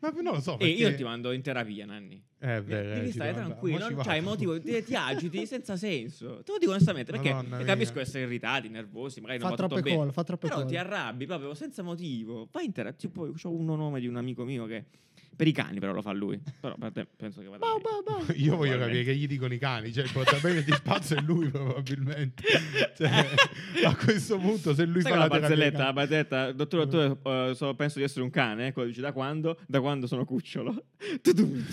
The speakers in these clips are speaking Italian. Ma non lo so. E Oh, Perché... io ti mando in terapia, Nanni. Eh, beh, eh, Devi ci stare devo tranquillo, andare. non Mo ci c'hai vado. motivo, ti, ti agiti senza senso. Te lo dico onestamente, perché Madonna mia. capisco essere irritati, nervosi, magari non Fa va tutto troppe bene. call, fa troppe Però call. ti arrabbi proprio senza motivo. Vai in terapia. Tipo, c'ho uno nome di un amico mio che per i cani però lo fa lui. Però per te penso che vada. Boh, bene. boh, boh. Io voglio Probabilmente. capire che gli dicono i cani, cioè il portabene di spazio è lui probabilmente. Cioè, a questo punto se lui Sai fa la terapia... quella Mm. barzelletta, la barzelletta, dottore, dottore, eh, so- penso di essere un cane, ecco, dici da quando? Da quando sono cucciolo. Tudum.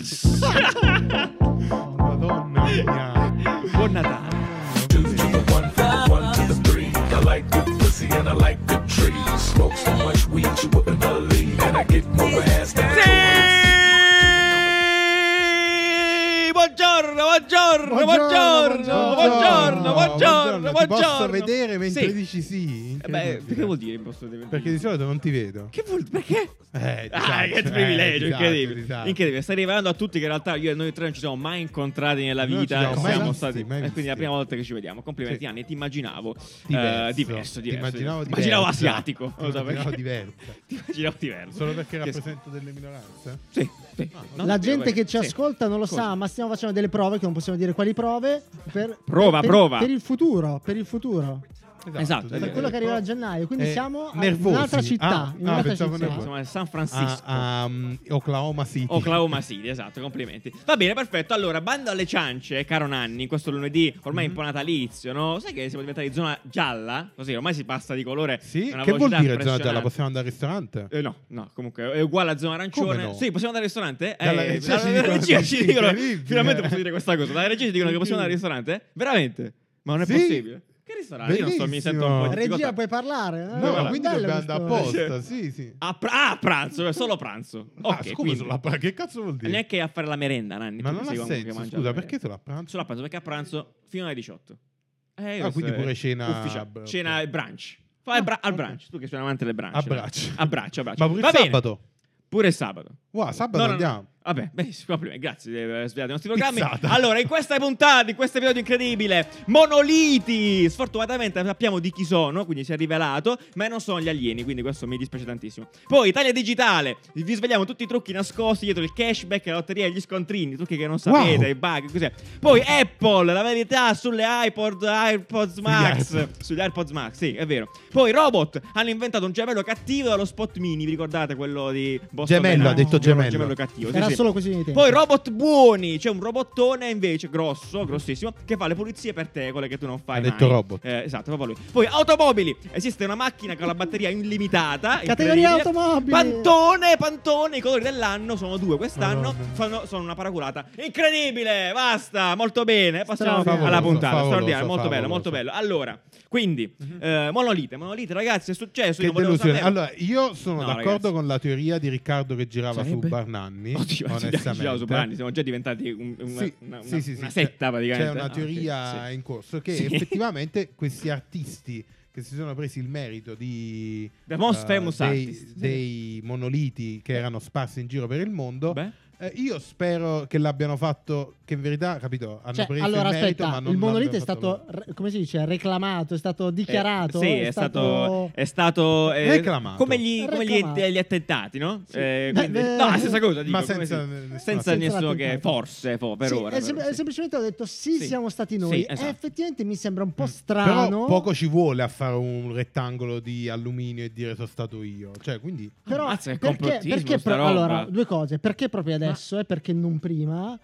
Madonna mia. Buon Natale. two to the one, one to the three. I like good pussy and I like good trees. Smoke so much weed you wouldn't believe, and I get more ass than Buongiorno, buongiorno, buongiorno, buongiorno, buongiorno, Ti buongiorno. posso vedere mentre Sì. dici sì? Eh beh, Incredibile. perché vuol dire posso vedere? Perché di solito non ti vedo. Che vuol Perché? Eh, Ah, disastro, che eh, esatto. privilegio, disastro, incredibile. disastro. Incredibile, sta rivelando a tutti che in realtà io e noi tre non ci siamo mai incontrati nella Non vita. ci siamo e mai siamo visti, stati. mai e quindi è la visti. prima volta che ci vediamo. Complimenti, Sì. Anni, ti immaginavo Diverso. eh, diverso, diverso. Ti immaginavo Ti immaginavo diverso. asiatico. Ti non lo so immaginavo perché. diverso. Ti immaginavo diverso. Solo perché Ah, Che- rappresento delle minoranze? Esatto, Sì, sì. No, La sì, gente vabbè. che ci Sì. ascolta non lo Cosa? sa, ma stiamo facendo delle prove che non possiamo dire quali prove. Per, Prova, per- prova. Per il futuro, per il futuro. Esatto, delle- Per quello che arriverà a gennaio. Quindi Eh, siamo a- in nervosi. un'altra Ah, città. in ah, un'altra pensavo città. nervosi. Insomma, è San a, Francisco. a, um, Oklahoma City. Oklahoma City, esatto, complimenti. Va bene, perfetto. Allora, bando alle ciance, caro Nanni, questo lunedì ormai Mhm. un po' natalizio, no? Sai che siamo diventati zona gialla? Così, ormai si passa di colore. Sì, a una che vuol velocità dire zona impressionante. gialla? Possiamo andare al ristorante? Eh, no, no, comunque è uguale a zona arancione. Come no? Sì, possiamo andare al ristorante? Eh, Dalla dalla regia ci dalla dicono- regia ci dicono. Incredibile. Finalmente posso dire questa cosa. Dalla regia ci dicono che possiamo andare al ristorante? Veramente? Ma non è Sì. possibile. Che ristorante? Io non so, mi Bellissimo. sento un po' di Regia, difficoltà. puoi parlare? No, ma Eh, quindi bello dobbiamo questo- andare apposta. Sì, sì. A, pra- ah, a pranzo, è solo pranzo. Ah, Ok, scusa, quindi- sulla pa- che cazzo vuol dire? Neanche a fare la merenda, Nanni. Ma tu non sei ha uomo che senso. mangia Solo la perché merenda. solo a pranzo? Solo a pranzo, perché a pranzo fino alle 18. Eh, Ah, questo quindi è pure cena- ufficiale. Cena e brunch. Fai bra- al brunch, tu che sei un amante delle brunch. A braccio. no? A brunch, a brunch. Ma pure Va il bene, sabato. Pure sabato. Wow, sabato No, no, no. andiamo. Vabbè, benissimo, complimenti, grazie di aver svegliato i nostri programmi. Pizzata. Allora, in questa puntata, in questo periodo incredibile, monoliti! Sfortunatamente sappiamo di chi sono, quindi si è rivelato, ma non sono gli alieni, quindi questo mi dispiace tantissimo. Poi, Italia Digitale, vi svegliamo tutti i trucchi nascosti dietro il cashback, la lotteria e gli scontrini, trucchi che non sapete, Wow. i bug, cos'è. Poi, Apple, la verità sulle iPod, iPods Max, iPod. sugli AirPods Max, sì, è vero. Poi, Robot, hanno inventato un gemello cattivo dallo spot mini, vi ricordate quello di... Boston Gemello, ha detto Un gemello. cattivo, sì, Era sì. solo questione di tempo. Poi robot buoni, c'è un robottone invece grosso, grossissimo, che fa le pulizie per te, quelle che tu non fai. Ha mai. detto robot. Eh, esatto, proprio lui. Poi automobili, esiste una macchina con la batteria illimitata. Categoria incredibile. automobili. Cioè, Pantone, pantone, i colori dell'anno sono due quest'anno, Madonna. fanno- sono una paraculata. Incredibile, basta, molto bene. Passiamo Straordinario. alla puntata, Favoloso, straordinario, molto favoloso. Mhm. bello, molto bello. Allora, quindi, eh, monolite, monolite ragazzi, è successo, Che io volevo delusione. sapere- Allora, io sono No, d'accordo ragazzi. con la teoria di Riccardo che girava Sarebbe? su Barnanni. Oddio, onestamente. Ciao Superanni, siamo già diventati un- una, Sì, una- sì, una- sì, sì. una setta praticamente. C'è Ah, una ok, teoria sì. in corso che Sì. effettivamente questi artisti che si sono presi il merito di The most eh, famous dei, artist. dei monoliti che erano sparsi in giro per il mondo. Beh, eh, io spero che l'abbiano fatto, che in verità, capito, hanno Cioè, preso allora, il merito, aspetta, ma non il monolite è l'abbiano fatto stato, re- come si dice, reclamato, è stato dichiarato. eh, sì, è, stato, è stato eh, Reclamato. come, gli, come gli- Reclamato. gli attentati, no? Sì. Eh, Beh, quindi- beh, no, la stessa cosa, dico, ma come senza- si- senza senza l'attentato. nessuno che forse, fo, per Sì, ora. è per sem- ora, sì. Semplicemente ho detto sì, Sì. siamo stati noi. Sì, esatto. Mm. Eh, effettivamente mi sembra un po' Però strano. poco ci vuole a fare un rettangolo di alluminio e dire sono stato io. Cioè, quindi Però Ammazza, che perché, complottismo perché sta pro- roba. allora, due cose, perché proprio adesso e perché non prima?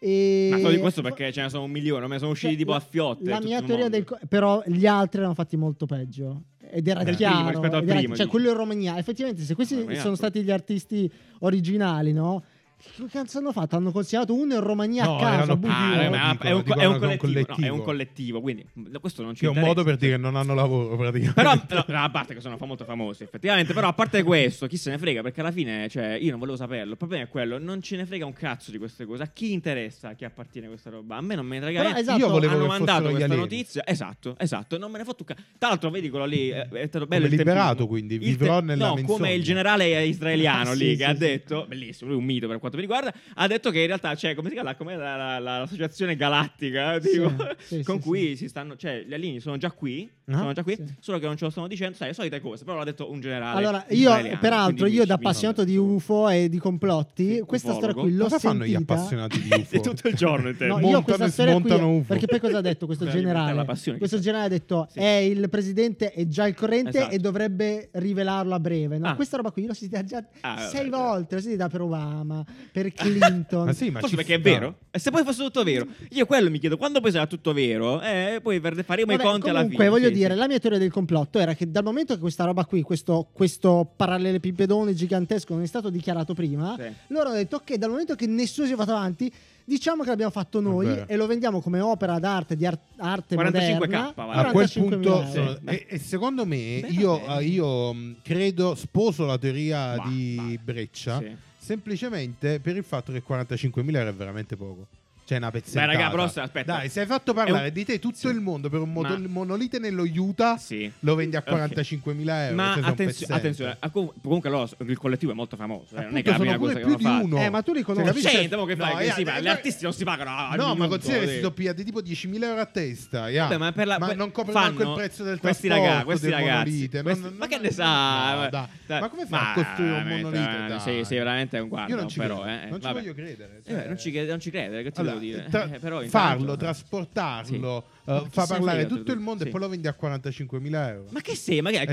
E... Ma solo di questo perché ce ne sono un milione, me ne sono usciti Cioè, tipo la- a fiotte. La tutto mia il teoria mondo. del co- però gli altri l'hanno fatti molto peggio. Ed era Del chiaro, primo Eh, rispetto al ed era- primo, cioè dici. quello in Romagna. Effettivamente, se questi Romagna, sono proprio. stati gli artisti originali, no? Che cazzo hanno fatto? Hanno considerato uno in Romagna No, a caso. erano abusivo. Ah, Io ma dico- è, un, dico è un una- con un collettivo, no, è un collettivo. collettivo, quindi mh, questo non ci che è un interessa. modo per dire che non hanno lavoro praticamente. Però, no, no, a parte che sono fa- molto famosi, effettivamente. Però, a parte questo, chi se ne frega? Perché alla fine, cioè, io non volevo saperlo. Il problema è quello: non ce ne frega un cazzo di queste cose. A chi interessa a chi appartiene questa roba? A me non me ne frega Però, niente. esatto, Io volevo Hanno che mandato fossero gli questa alieni. notizia. Esatto, esatto. Non me ne fotto un cazzo. Tra l'altro, vedi quello lì. eh, È stato bello. Come il tempismo. liberato, quindi, Il vivrò nella No, menzogna. come il generale israeliano Ah, lì sì, che sì, ha sì. detto, bellissimo, lui è un mito per quanto mi riguarda, ha detto che in realtà c'è come si chiama come la- la- la- l'associazione galattica Sì, tipo, sì, con sì, cui sì. si stanno, cioè gli alieni sono già qui, Ah, sono già qui, sì. solo che non ce lo stanno dicendo, sai, le solite cose, però l'ha detto un generale. Allora, israeliano, io, peraltro, quindi io mi- da mi- appassionato di UFO e di complotti, Sì, questa ufologo. storia qui l'ho Cosa sentita. fanno gli appassionati di UFO? Sì, tutto il giorno intendo. No, Montano io questa e storia qui, smontano UFO. perché poi cosa ha detto questo Per alimentare generale? la passione, Questo chissà. generale ha detto Sì. è il presidente è già al corrente Esatto. e dovrebbe rivelarlo a breve. No, Ah. questa roba qui l'ho sentita già Ah, vabbè, sei vabbè. volte, l'ho sentita per Obama, per Clinton. Ma sì, ma Forse ci perché è sta. vero. E se poi fosse tutto vero, io quello mi chiedo, quando poi sarà tutto vero, eh, poi verde- faremo Vabbè, i conti alla fine. comunque, voglio Sì, dire, sì. la mia teoria del complotto era che dal momento che questa roba qui, questo, questo parallelepipedone gigantesco non è stato dichiarato prima, Sì. loro hanno detto che dal momento che nessuno si è fatto avanti, diciamo che l'abbiamo fatto noi Vabbè. e lo vendiamo come opera d'arte di ar- arte 45K, moderna. vale. A quel 45.000 punto, euro. sono- e, e secondo me, Beh, io, vabbè. eh, io, mh, credo, sposo la teoria Va, di va. Breccia Sì. semplicemente per il fatto che 45.000 euro è veramente poco. Cioè, una Beh, pezzetta. raga, però se- aspetta. Dai, se hai fatto parlare È un- di te tutto Sì. il mondo per un moto- Ma- monolite nello Utah, Sì. lo vendi a Ok. 45.000 euro. Ma cioè, sei un attenzi- pezzente. attenzione, ah, com- comunque allora, il collettivo è molto famoso, eh, non è Appunto, che è la prima sono pure cosa che più hanno di fatto. uno. Eh, ma tu li conosci. Cioè, capisci? Senti, mo che No, fai? che eh, si fa- eh, gli artisti non si pagano. al No, ma minuto, considera che Ah, sì. si sono pigliati tipo 10.000 euro a testa. yeah. Vabbè, ma per la- que- Ah. non copre fanno manco il prezzo del questi trasporto raga- questi dei ragazzi, monolite. No, questi- no, no, ma che no, ne sa? no, dai. Dai. Ma come fai Ma a costruire un veramente, monolite? eh, Dai. sì, sì, veramente è un guardo, Io non ci però, credo. eh, non ci vabbè. voglio credere. cioè. Eh, beh, non, ci cre- non ci crede, che ti Allora, devo dire? tra- Eh, però farlo, intanto- trasportarlo, Sì. eh, Ma chi fa se ne parlare frega, tutto il mondo sì. e poi lo vendi a 45.000 euro. Ma che sei? Ma che è il È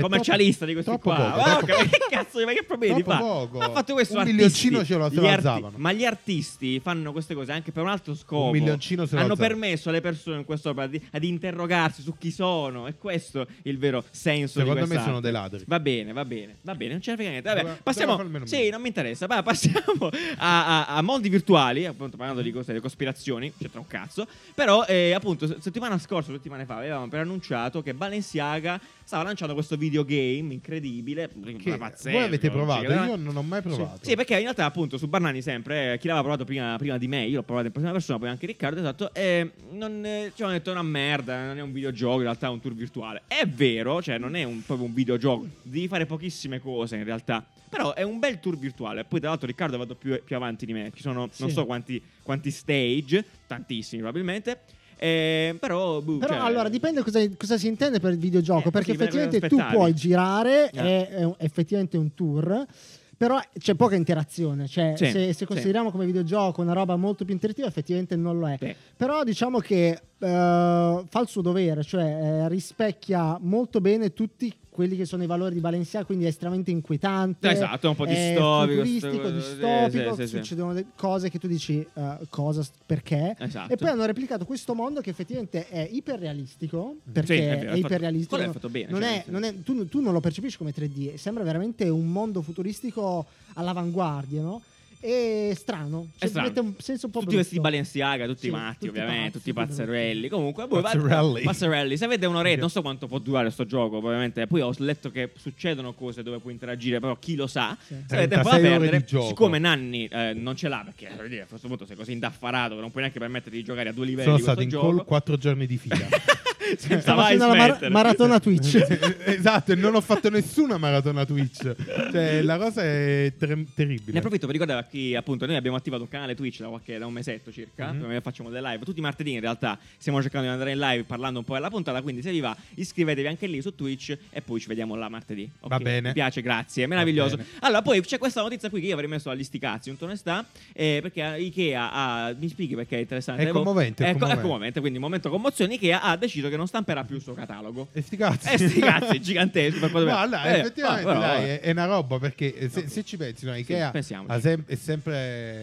troppo- commercialista di questi troppo qua? poco, Ma troppo che- poco. che cazzo, ma che problemi Troppo fa? poco. Ha fatto questo Un artisti, milioncino ce lo- se lo gli arti- alzavano. Ma gli artisti fanno queste cose anche per un altro scopo. Un milioncino se lo Hanno alzavano. permesso alle persone in quest'opera di, ad interrogarsi su chi sono. E questo è il vero senso di Secondo me quest'arte. sono dei ladri. Va bene, va bene, va bene, non c'è frega niente. Vabbè, Dove- passiamo. dove fa almeno sì, mille. non mi interessa. Va, passiamo a, a- a mondi virtuali. Appunto, parlando di cose, di cospirazioni, c'entra un cazzo. Però, eh, appunto, se- settimana scorsa, settimane fa, avevamo preannunciato che Balenciaga stava lanciando questo videogame incredibile. Che pazzesco, voi avete cioè, provato? veramente- Io non ho mai provato. sì, perché in realtà, appunto, su Barnani sempre, eh, chi l'aveva provato prima, prima di me, io l'ho provato in prima persona, poi anche Riccardo, esatto, e non, eh, ci hanno detto una merda, non è un videogioco, in realtà è un tour virtuale. È vero, cioè non è un- proprio un videogioco, devi fare pochissime cose in realtà, però è un bel tour virtuale. Poi tra l'altro Riccardo è andato più, più avanti di me, ci sono non Sì. so quanti, quanti stage, tantissimi probabilmente, eh, però... boh, Però cioè- allora dipende cosa, cosa si intende per il videogioco, Eh, perché sì, per- effettivamente tu aspettavi. puoi girare, Eh. è, è un- effettivamente un tour, però c'è poca interazione, cioè Sì, se, se sì. consideriamo come videogioco una roba molto più interattiva effettivamente non lo è. Sì. Però diciamo che eh, fa il suo dovere, cioè eh, rispecchia molto bene tutti quelli che sono i valori di Balenciaga, quindi è estremamente inquietante. Eh, Esatto, è un po' è distopico. futuristico, sto- distopico, sì, sì, sì, sì. succedono de- cose che tu dici eh, cosa, perché. Esatto. E poi hanno replicato questo mondo che effettivamente è iperrealistico. Perché Mm. Sì, è è, vero, è fatto- iperrealistico. quello è fatto bene, Non cioè, è- nel senso- non è- tu, tu non lo percepisci come 3D, sembra veramente un mondo futuristico all'avanguardia, no? E strano. È Cioè, strano. mette un senso un po' tutti vestiti brutto. Balenciaga, tutti Sì, matti, tutti ovviamente, pazzi, tutti tutti pazzerelli. Comunque, voi va- Pazzerelli. pazzerelli. Se avete un'oretta, non so quanto può durare questo gioco, ovviamente. Poi ho letto che succedono cose dove puoi interagire, però chi lo sa. Sì. Se avete un po' da 36 ore perdere, di gioco. siccome Nanni eh, non ce l'ha, perché voglio dire, a questo punto sei così indaffarato che non puoi neanche permetterti di giocare a due livelli Sono questo stato in gioco. call 4 giorni di fila. senza Stavo mai facendo la mar- smettere. maratona Twitch. esatto, e non ho fatto nessuna maratona Twitch. Cioè, la cosa è ter- Ne terribile. approfitto per ricordare a chi, appunto, noi abbiamo attivato un canale Twitch da, qualche, da un mesetto circa, Mhm. dove facciamo delle live. Tutti i martedì, in realtà, stiamo cercando di andare in live parlando un po' della puntata. Quindi, se vi va, iscrivetevi anche lì su Twitch e poi ci vediamo là martedì. Ok? Va bene. Mi piace, grazie, è Va meraviglioso. bene. Allora, poi c'è questa notizia qui che io avrei messo agli sticazzi, un onestà, eh, perché Ikea ha. Mi spieghi perché è interessante. È Avevo- commovente, è Ecco- commovente. quindi, un momento commozione. Ikea ha deciso che non stamperà più il suo catalogo. E sti cazzi. Eh, sti cazzi, giganteschi, per poter- No, allora, Eh, effettivamente, ma- però- dai, è, è una roba perché eh, se, se ci pensi, no, Ikea pensiamoci. ha sem- è sempre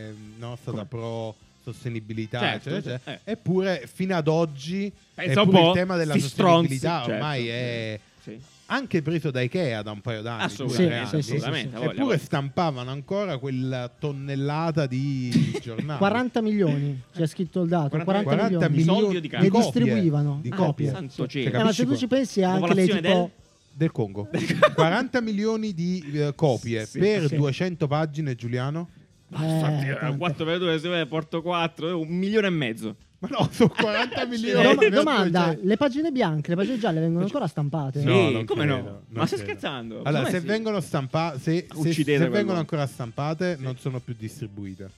eh, no, stata pro sostenibilità, Certo, eccetera, eccetera. eh. eppure fino ad oggi Pensa un eppure po', il tema della sti sostenibilità stronzi, ormai certo. è Sì. anche preso da Ikea da un paio d'anni, Assolutamente, due, tre sì, anni. assolutamente, ha voglia, ha eppure voglia. stampavano ancora quella tonnellata di giornali. 40 milioni, c'è scritto il dato. 40, 40 milioni. milioni. milio- Soldi di carte. di Le copie, distribuivano, di ah, copie. santo Cioè, cielo. Eh, ma capisci se tu qua- ci pensi anche le Popolazione tipo... del- del Congo 40 milioni di eh, copie Sì, per sì. 200 pagine Giuliano Basta, Eh, tante. 4 per 2, se vai, porto 4, un milione e mezzo. ma no sono 40 milioni Doma- per Eh, domanda, 200. le pagine bianche, le pagine gialle vengono ancora stampate? Sì, No, non come credo, no? non Ma stai credo. scherzando? allora Come se sì? vengono stampate se, se- Uccidete se quell'uomo. vengono ancora stampate non sono più distribuite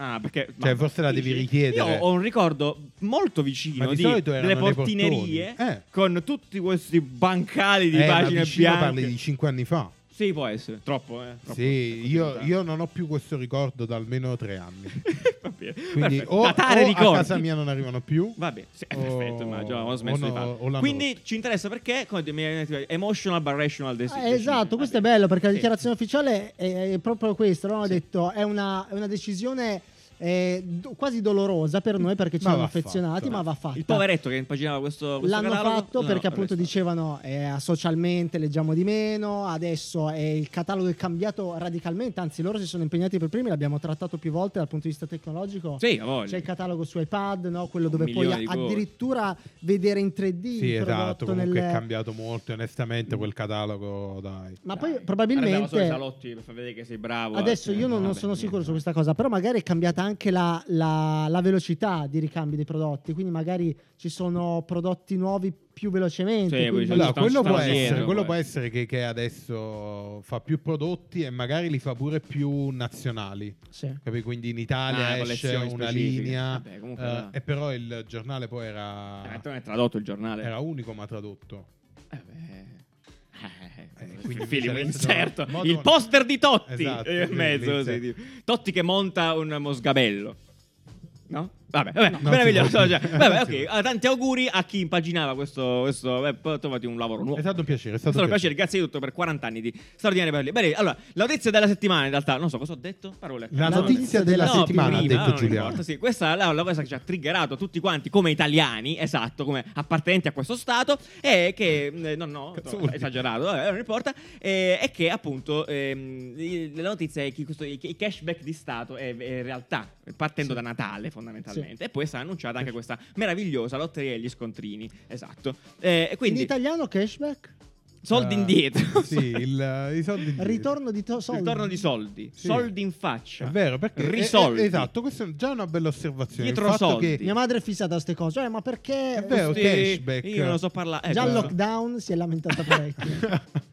Ah, perché Cioè, forse la devi richiedere. Io ho un ricordo molto vicino Ma di di, solito erano delle nei portinerie portoni. Eh. con tutti questi bancali di Eh, ma pagine vicino bianche. parli di 5 anni fa. Sì, può essere. Troppo, eh. troppo. Sì, io, io non ho più questo ricordo da almeno tre anni. Va bene. Quindi Perfetto. o, Datare o a ricordi. casa mia non arrivano più. Va bene, sì, è O- perfetto, immagino, ho smesso o di no, o farlo. l'hanno Quindi rotto. ci interessa perché come dire, mi viene- emotional bar rational Ah, decision. Eh, esatto, questo è bello perché la dichiarazione ufficiale è, è proprio questo. Loro hanno detto è una, è una decisione eh, do- quasi dolorosa per noi perché ci Ma siamo va eh. affezionati, fatta. ma va fatta. Il poveretto che impaginava questo, questo L'hanno catalogo, fatto no, perché vabbè, appunto sta- dicevano eh, socialmente leggiamo di meno, adesso eh, il catalogo è cambiato radicalmente, anzi loro si sono impegnati per primi, l'abbiamo trattato più volte dal punto di vista tecnologico. Sì, ha voglia. C'è il catalogo su iPad, no? quello dove puoi milione di cose. addirittura vedere in 3D Sì, il esatto, prodotto comunque è nel... cambiato molto, onestamente, Mm. quel catalogo, dai. Ma Dai. Guardiamo Ah, poi solo i probabilmente salotti per far vedere che sei bravo. Adesso eh, io non, non vabbè, sono niente. sicuro su questa cosa, però magari è cambiata anche la, la- la velocità di ricambi dei prodotti, quindi magari ci sono prodotti nuovi più velocemente. Sì, quindi- Allora, Allora, sta- quello sta può dietro, eh. essere, quello poi. può essere che, che adesso fa più prodotti e magari li fa pure più nazionali. Sì. Capi? Quindi in Ah, Italia esce collezioni una specifiche. linea, Vabbè, comunque, eh, no. e però il giornale poi Eh, era, tanto non è tradotto il giornale. era unico ma tradotto. Eh, beh. Eh, Eh, quindi film c'era- inserto Modo- il poster di Totti Esatto, eh, in mezzo sì, l'inserto. tipo. Totti che monta un mosgabello no? vabbè, vabbè No, meraviglioso si può. cioè, vabbè, Non ok si può. allora, tanti auguri a chi impaginava questo, questo beh, poi trovati un lavoro nuovo È stato un piacere, è è stato, stato un Boh. piacere, grazie di tutto per 40 anni di straordinarie parole. Bene, allora, la notizia della settimana in realtà, non so cosa ho detto, parole. a La caso. notizia della No, settimana, ha prima, detto non Giuliano. importa, sì, questa è la, la cosa che ci ha triggerato tutti quanti come italiani, esatto, come appartenenti a questo stato, è che, eh, no, no, Cazzo no, vuol dire? esagerato, vabbè, non importa, eh, è che appunto ehm, il- la notizia è che questo, il il cashback di Stato è, è realtà, partendo da Natale fondamentalmente, e poi è stata annunciata anche questa meravigliosa lotteria degli scontrini, esatto. Eh, e quindi, In italiano cashback? soldi Eh, indietro. Sì, il, i soldi indietro. Ritorno di to- soldi. Ritorno di soldi, Sì. soldi in faccia. È vero, perché risolvi. eh, eh, esatto, questa è già una bella osservazione. Dietro il fatto soldi. che Mia madre è fissata a queste cose, eh, ma perché... È vero. Sì, cashback. Io non lo so parlare. eh, Già al però- lockdown si è lamentata parecchio.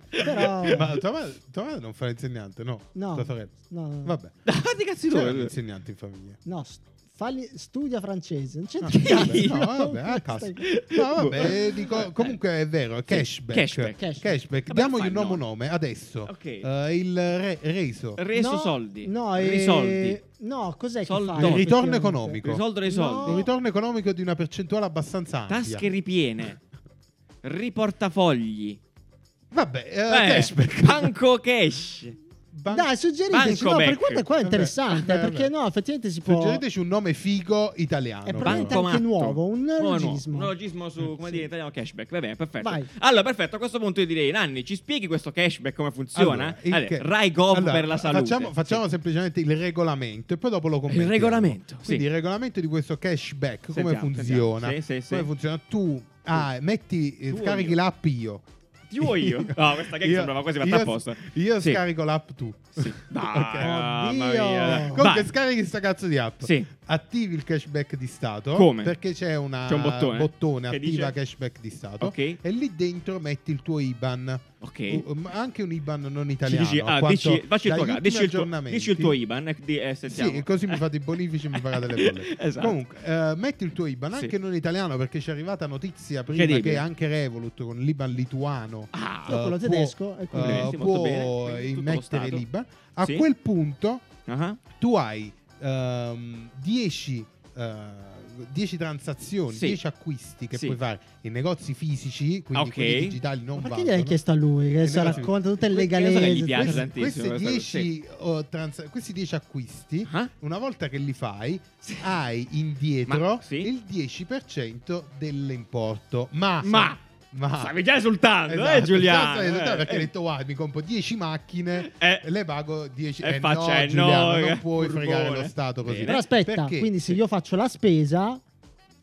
Però... Ma tua madre, tua madre non fa l'insegnante, no? No. Tua sorella. No, no, no. Vabbè. Ah, di cazzi C'erano tu. insegnanti Cioè, in famiglia. No, st- falli- studia francese. Non c'è Ah, vabbè, niente. no, vabbè, ah, a caso. No, vabbè, eh, dico, comunque è vero, cashback. cashback. Cashback. Cashback. Diamogli Vabbè, un nuovo no. nome adesso. Ok. Eh, il re- reso. Reso No, soldi. No, eh, risoldi. No, cos'è Soldi. che Il fa? ritorno effettivamente? economico. Risolvere i No. soldi. Un ritorno economico di una percentuale abbastanza ampia. Tasche ripiene. Riportafogli. Vabbè, eh, Eh, cashback. Banco cash. Ban- Dai, suggeriteci, Banco no, Mac. per quanto qua è Vabbè. interessante, Vabbè. perché no, effettivamente si può... Suggeriteci un nome figo italiano. È però. Banco- Bancomatto. anche nuovo, un Nuovo, nuovo. neologismo. Un neologismo su, come Sì. dire, in italiano cashback. Va bene, perfetto. Vai. Allora, perfetto, a questo punto io direi, Nanni, ci spieghi questo cashback come funziona? Allora, il eh. Allora, che- Rai Gov Allora, per la salute. Facciamo, facciamo semplicemente il regolamento e poi dopo lo commentiamo. regolamento, Quindi sì. il regolamento di questo cashback, come Sentiamo, funziona? sentiamo. Sì, sì, sì. Come funziona? Tu ah, metti, eh, Tu o scarichi io? l'app io. Sì. Ti vuoi io? No, questa gag Io- sembrava quasi fatta io- apposta. Io Sì. scarico l'app tu. Sì. Dai, Ok. mamma Oddio. mia. Comunque Vai. scarichi sta cazzo di app. Sì. Attivi il cashback di Stato. Come? Perché c'è, una- C'è un bottone? Che attiva dice? cashback di Stato. Ok. E lì dentro metti il tuo IBAN. Ok. U- ma anche un IBAN non italiano. Ci dici, ah, quanto dici, facci il dagli tuo, ca- ultimi dici il tuo- aggiornamenti- dici il tuo IBAN. eh, di- eh, Sì, sentiamo. così mi fate i bonifici e mi pagate le bolle. Esatto. Comunque, eh, metti il tuo IBAN, Sì. anche non italiano, perché ci è arrivata notizia prima Incredibile. che anche Revolut con l'IBAN lituano Ah, Io eh, quello può, tedesco e quello eh, inglese, molto può bene, quindi tutto lo immettere Stato. l'IBAN. A Sì. quel punto ah, tu hai ehm, 10 eh, 10 transazioni, Sì. 10 acquisti che Sì. Ah, puoi fare in negozi fisici, quindi Ok. quelli digitali non Ma perché valgono. gli hai chiesto a lui che adesso Eh, no, sì. racconta tutte le Perché so che galere? gli piace tutte- tantissimo Queste questa cosa, 10 oh, trans- questi 10 acquisti, Ah? una volta che li fai, Sì. hai indietro Ma- sì? il 10% dell'importo. Ma, Ma, ma- stavi già esultando, eh, ah. Esatto, Giuliano? stavi esultando eh, perché eh. hai detto, guarda, mi compro 10 macchine Eh. e le pago 10. E Eh, no, faccia, eh, no, Giuliano, che non puoi furbone. fregare lo Stato così. Bene. Però aspetta, Perché? quindi se io faccio la spesa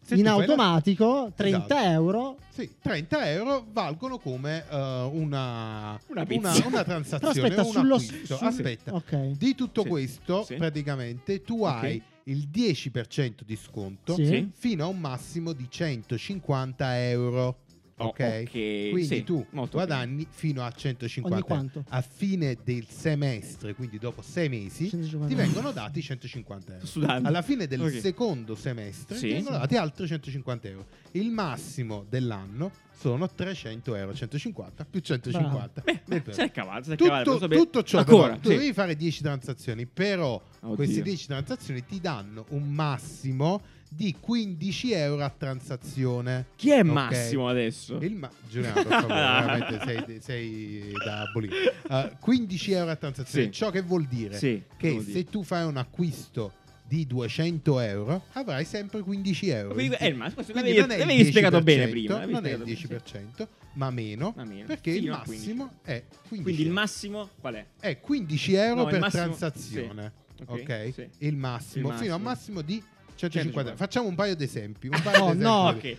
Se in tu fai la- automatico 30 Esatto. euro, Sì, 30 euro valgono come eh, una, Una pizza. una però transazione. aspetta un sullo acquisto. sul- Aspetta, Ok. Di tutto Sì. questo, Sì. praticamente, tu Ok. hai il 10% di sconto Sì. Sì. fino a un massimo di 150 euro. Oh, ok, Quindi sì, tu molto guadagni fino a 150 Ogni quanto? a fine del semestre, quindi dopo sei mesi, 150. ti vengono dati 150 euro. Sto sudando. Alla fine del Ok. secondo semestre Sì. ti vengono dati altri 150 euro. Il massimo dell'anno sono 300 euro, 150 più 150. Beh, beh, cioè, Del- se l'è cavata, se l'è cavata. tutto, posso bere- tutto ciò però, Ancora, tu sì. devi fare 10 transazioni però Oddio. queste 10 transazioni ti danno un massimo di 15 euro a transazione Chi è Ok. Massimo adesso? il ma- Giuliano, per favore, veramente sei, sei da abolire. Eh, 15 euro a transazione. Sì. Ciò che vuol dire Sì, che devo se dire. tu fai un acquisto di 200 euro avrai sempre 15 euro. Quindi, eh, ma questo Quindi l'avevi- non è il l'avevi spiegato 10%, bene prima, l'avevi Non è il spiegato 10%, ma meno, Ma meno. perché il Fino a 15. massimo è 15 Quindi il euro. massimo qual è? è 15 euro No, il per massimo- transazione. sì. Ok? Ok, sì. Il, massimo, Il fino a un massimo. massimo di 150. 150. Facciamo un paio di esempi. Un paio No, di no. esempi. Ok.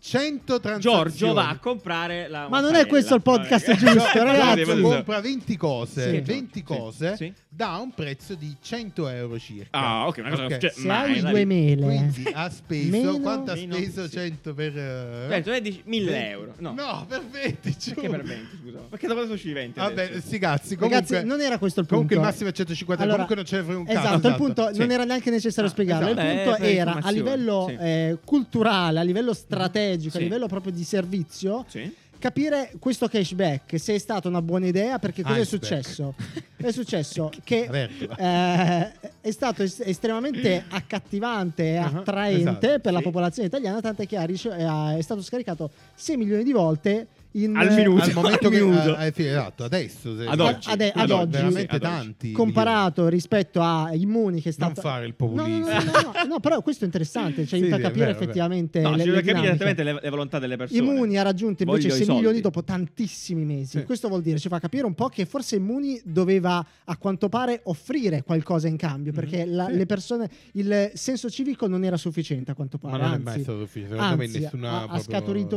100 transazioni. Giorgio va a comprare la Ma non è mozzarella. questo il podcast No, giusto, ragazzi. ragazzi. Giorgio compra 20 cose, Sì. 20 Sì. cose Sì. da un prezzo di 100 euro circa. Ah, ok, una cosa Ok. cioè, Se mai, hai la- due mele, Quindi ha speso Meno- quanto ha Meno- speso sì. 100 per eh, Aspetta, tu dici 1000 20? euro. No. No, per 20, giuro. Perché per 20, scusa? Perché da cosa sono usciti 20? Vabbè, adesso? sti cazzi, comunque ragazzi, non era questo il punto. Comunque il massimo è 150, Allora, comunque non ce ne frega un esatto, cazzo. il punto Sì. non era neanche necessario Ah, spiegarlo. esatto. Il Beh, punto per era a informazione, livello sì. eh, culturale, a livello strategico, a Sì. livello proprio di servizio, Sì. capire questo cashback se è stata una buona idea. Perché cosa è Iceberg. successo? è successo che Aperto, va. eh, è stato es- estremamente accattivante e Ah, attraente esatto, per la sì. popolazione italiana, tant'è che ha rice- eh, ha- è stato scaricato 6 milioni di volte in Al minuto. al momento che Minuto. eh, eh, sì, esatto, adesso se- Ad oggi. Ad- ad- ad Sono oggi. veramente Ad oggi. tanti. comparato rispetto a Immuni che milioni. è stato non fare il No, populismo. no, no, no, no, no, però questo è interessante, ci Sì, sì, aiuta a è capire vero, è effettivamente No, Eh, le, ci le deve capire dinamiche. esattamente le, le volontà delle persone. Immuni ha raggiunto Voglio invece i 6 milioni soldi. dopo tantissimi mesi. Sì. Questo vuol dire, ci fa capire un po' che forse Immuni doveva a quanto pare offrire qualcosa in cambio, perché la- Mhm. sì. le persone, il senso civico non era sufficiente a quanto Ma pare. non è mai anzi, stato ufficio, secondo me anzi, nessuna ha, ha proprio scaturito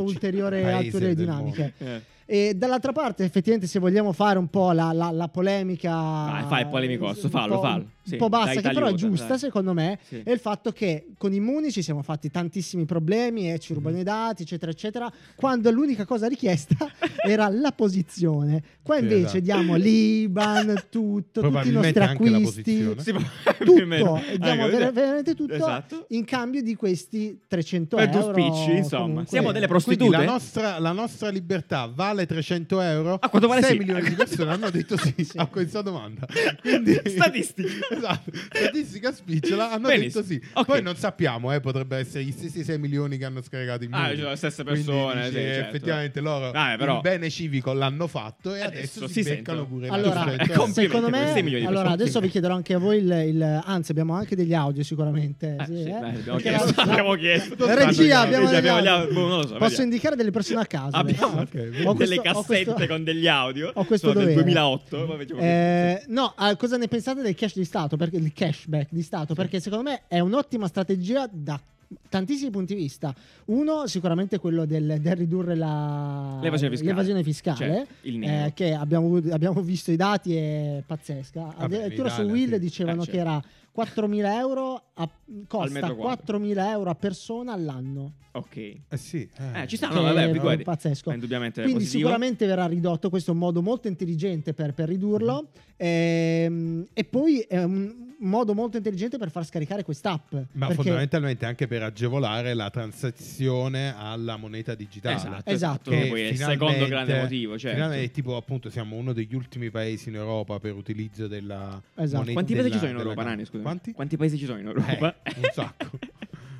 città, ulteriore, paese ulteriori del dinamiche. Eh. E dall'altra parte, effettivamente, se vogliamo fare un po' la, la- la polemica. Vai, fai il polemicosso, un fallo, po'- fallo. Sì, Un po' dai, bassa, che però è tagliuta, giusta, dai. secondo me. Sì. È il fatto che con Immuni ci siamo fatti tantissimi problemi e ci Mm-hmm. rubano i dati, eccetera, eccetera. Quando l'unica cosa richiesta era la posizione. Qua Sì, invece esatto. diamo l'Iban, tutto, tutti i Probabilmente nostri anche la acquisti. posizione. Sì, ma- Tutto, almeno. e diamo Ecco, ver- veramente tutto Esatto. in cambio di questi 300 Per due euro. spicci, insomma. comunque. Siamo delle Quindi la prostitute? nostra, la nostra libertà vale 300 euro? A Ah, quanto pare 6 sì. milioni di persone hanno detto sì, a questa domanda. Quindi, Statistica. Esatto, statistica spicciola hanno detto Benissimo. sì. Ok. Poi non sappiamo, eh, potrebbe essere gli stessi 6 milioni che hanno scaricato i Ah, muri. cioè, le stesse Quindi persone, dici, sì, eh, certo. Effettivamente loro Vabbè, però- il bene civico l'hanno fatto e adesso, Adesso si, si beccano sentono. pure Allora, ecco, Giusto, la eh, gente. secondo complimenti per me, sei milioni di allora persone. adesso vi chiederò anche a voi il, il- anzi abbiamo anche degli audio sicuramente. Eh, sì, sì, eh? dai, abbiamo Perché chiesto. la- la- Abbiamo chiesto. Regia, Tanto che- abbiamo sì, abbiamo gli gli audio. audio. Boh, non lo so, Posso vediamo. indicare delle persone a caso? Abbiamo adesso? ok, ho delle questo- ho cassette questo- con degli audio. ho questo sono del dovere. 2008. poi facciamo così. Eh, no, ah, cosa ne pensate del cash di Stato? Perché il cashback di Stato? Perché secondo me è un'ottima strategia da tantissimi punti di vista. Uno, sicuramente quello del, del ridurre la- L'evasione fiscale. l'evasione fiscale, Certo, il nero. eh, che abbiamo, avuto- abbiamo visto i dati, è pazzesca. Vabbè, Addirittura su l'Italia, Will sì. dicevano Eh, certo. che era 4.000 euro, a, costa metro quadro. 4.000 euro a persona all'anno. Ok. Eh sì, eh. Eh, ci sta, Che no, vabbè, è guardi. pazzesco. È indubbiamente Quindi positivo. sicuramente verrà ridotto, questo è un modo molto intelligente per, per ridurlo Mm-hmm. Ehm, e poi è un modo molto intelligente per far scaricare quest'app. Ma perché- fondamentalmente anche per agevolare la transazione alla moneta digitale. Esatto, Esatto. esatto. Che Che poi è il secondo finalmente- grande motivo. Certo. Finalmente, tipo, appunto, siamo uno degli ultimi paesi in Europa per utilizzo della Esatto. moneta. Quanti della- paesi ci sono in della Europa, cam- Nani? Scusa. Quanti? paesi ci sono in Europa? Eh, un sacco.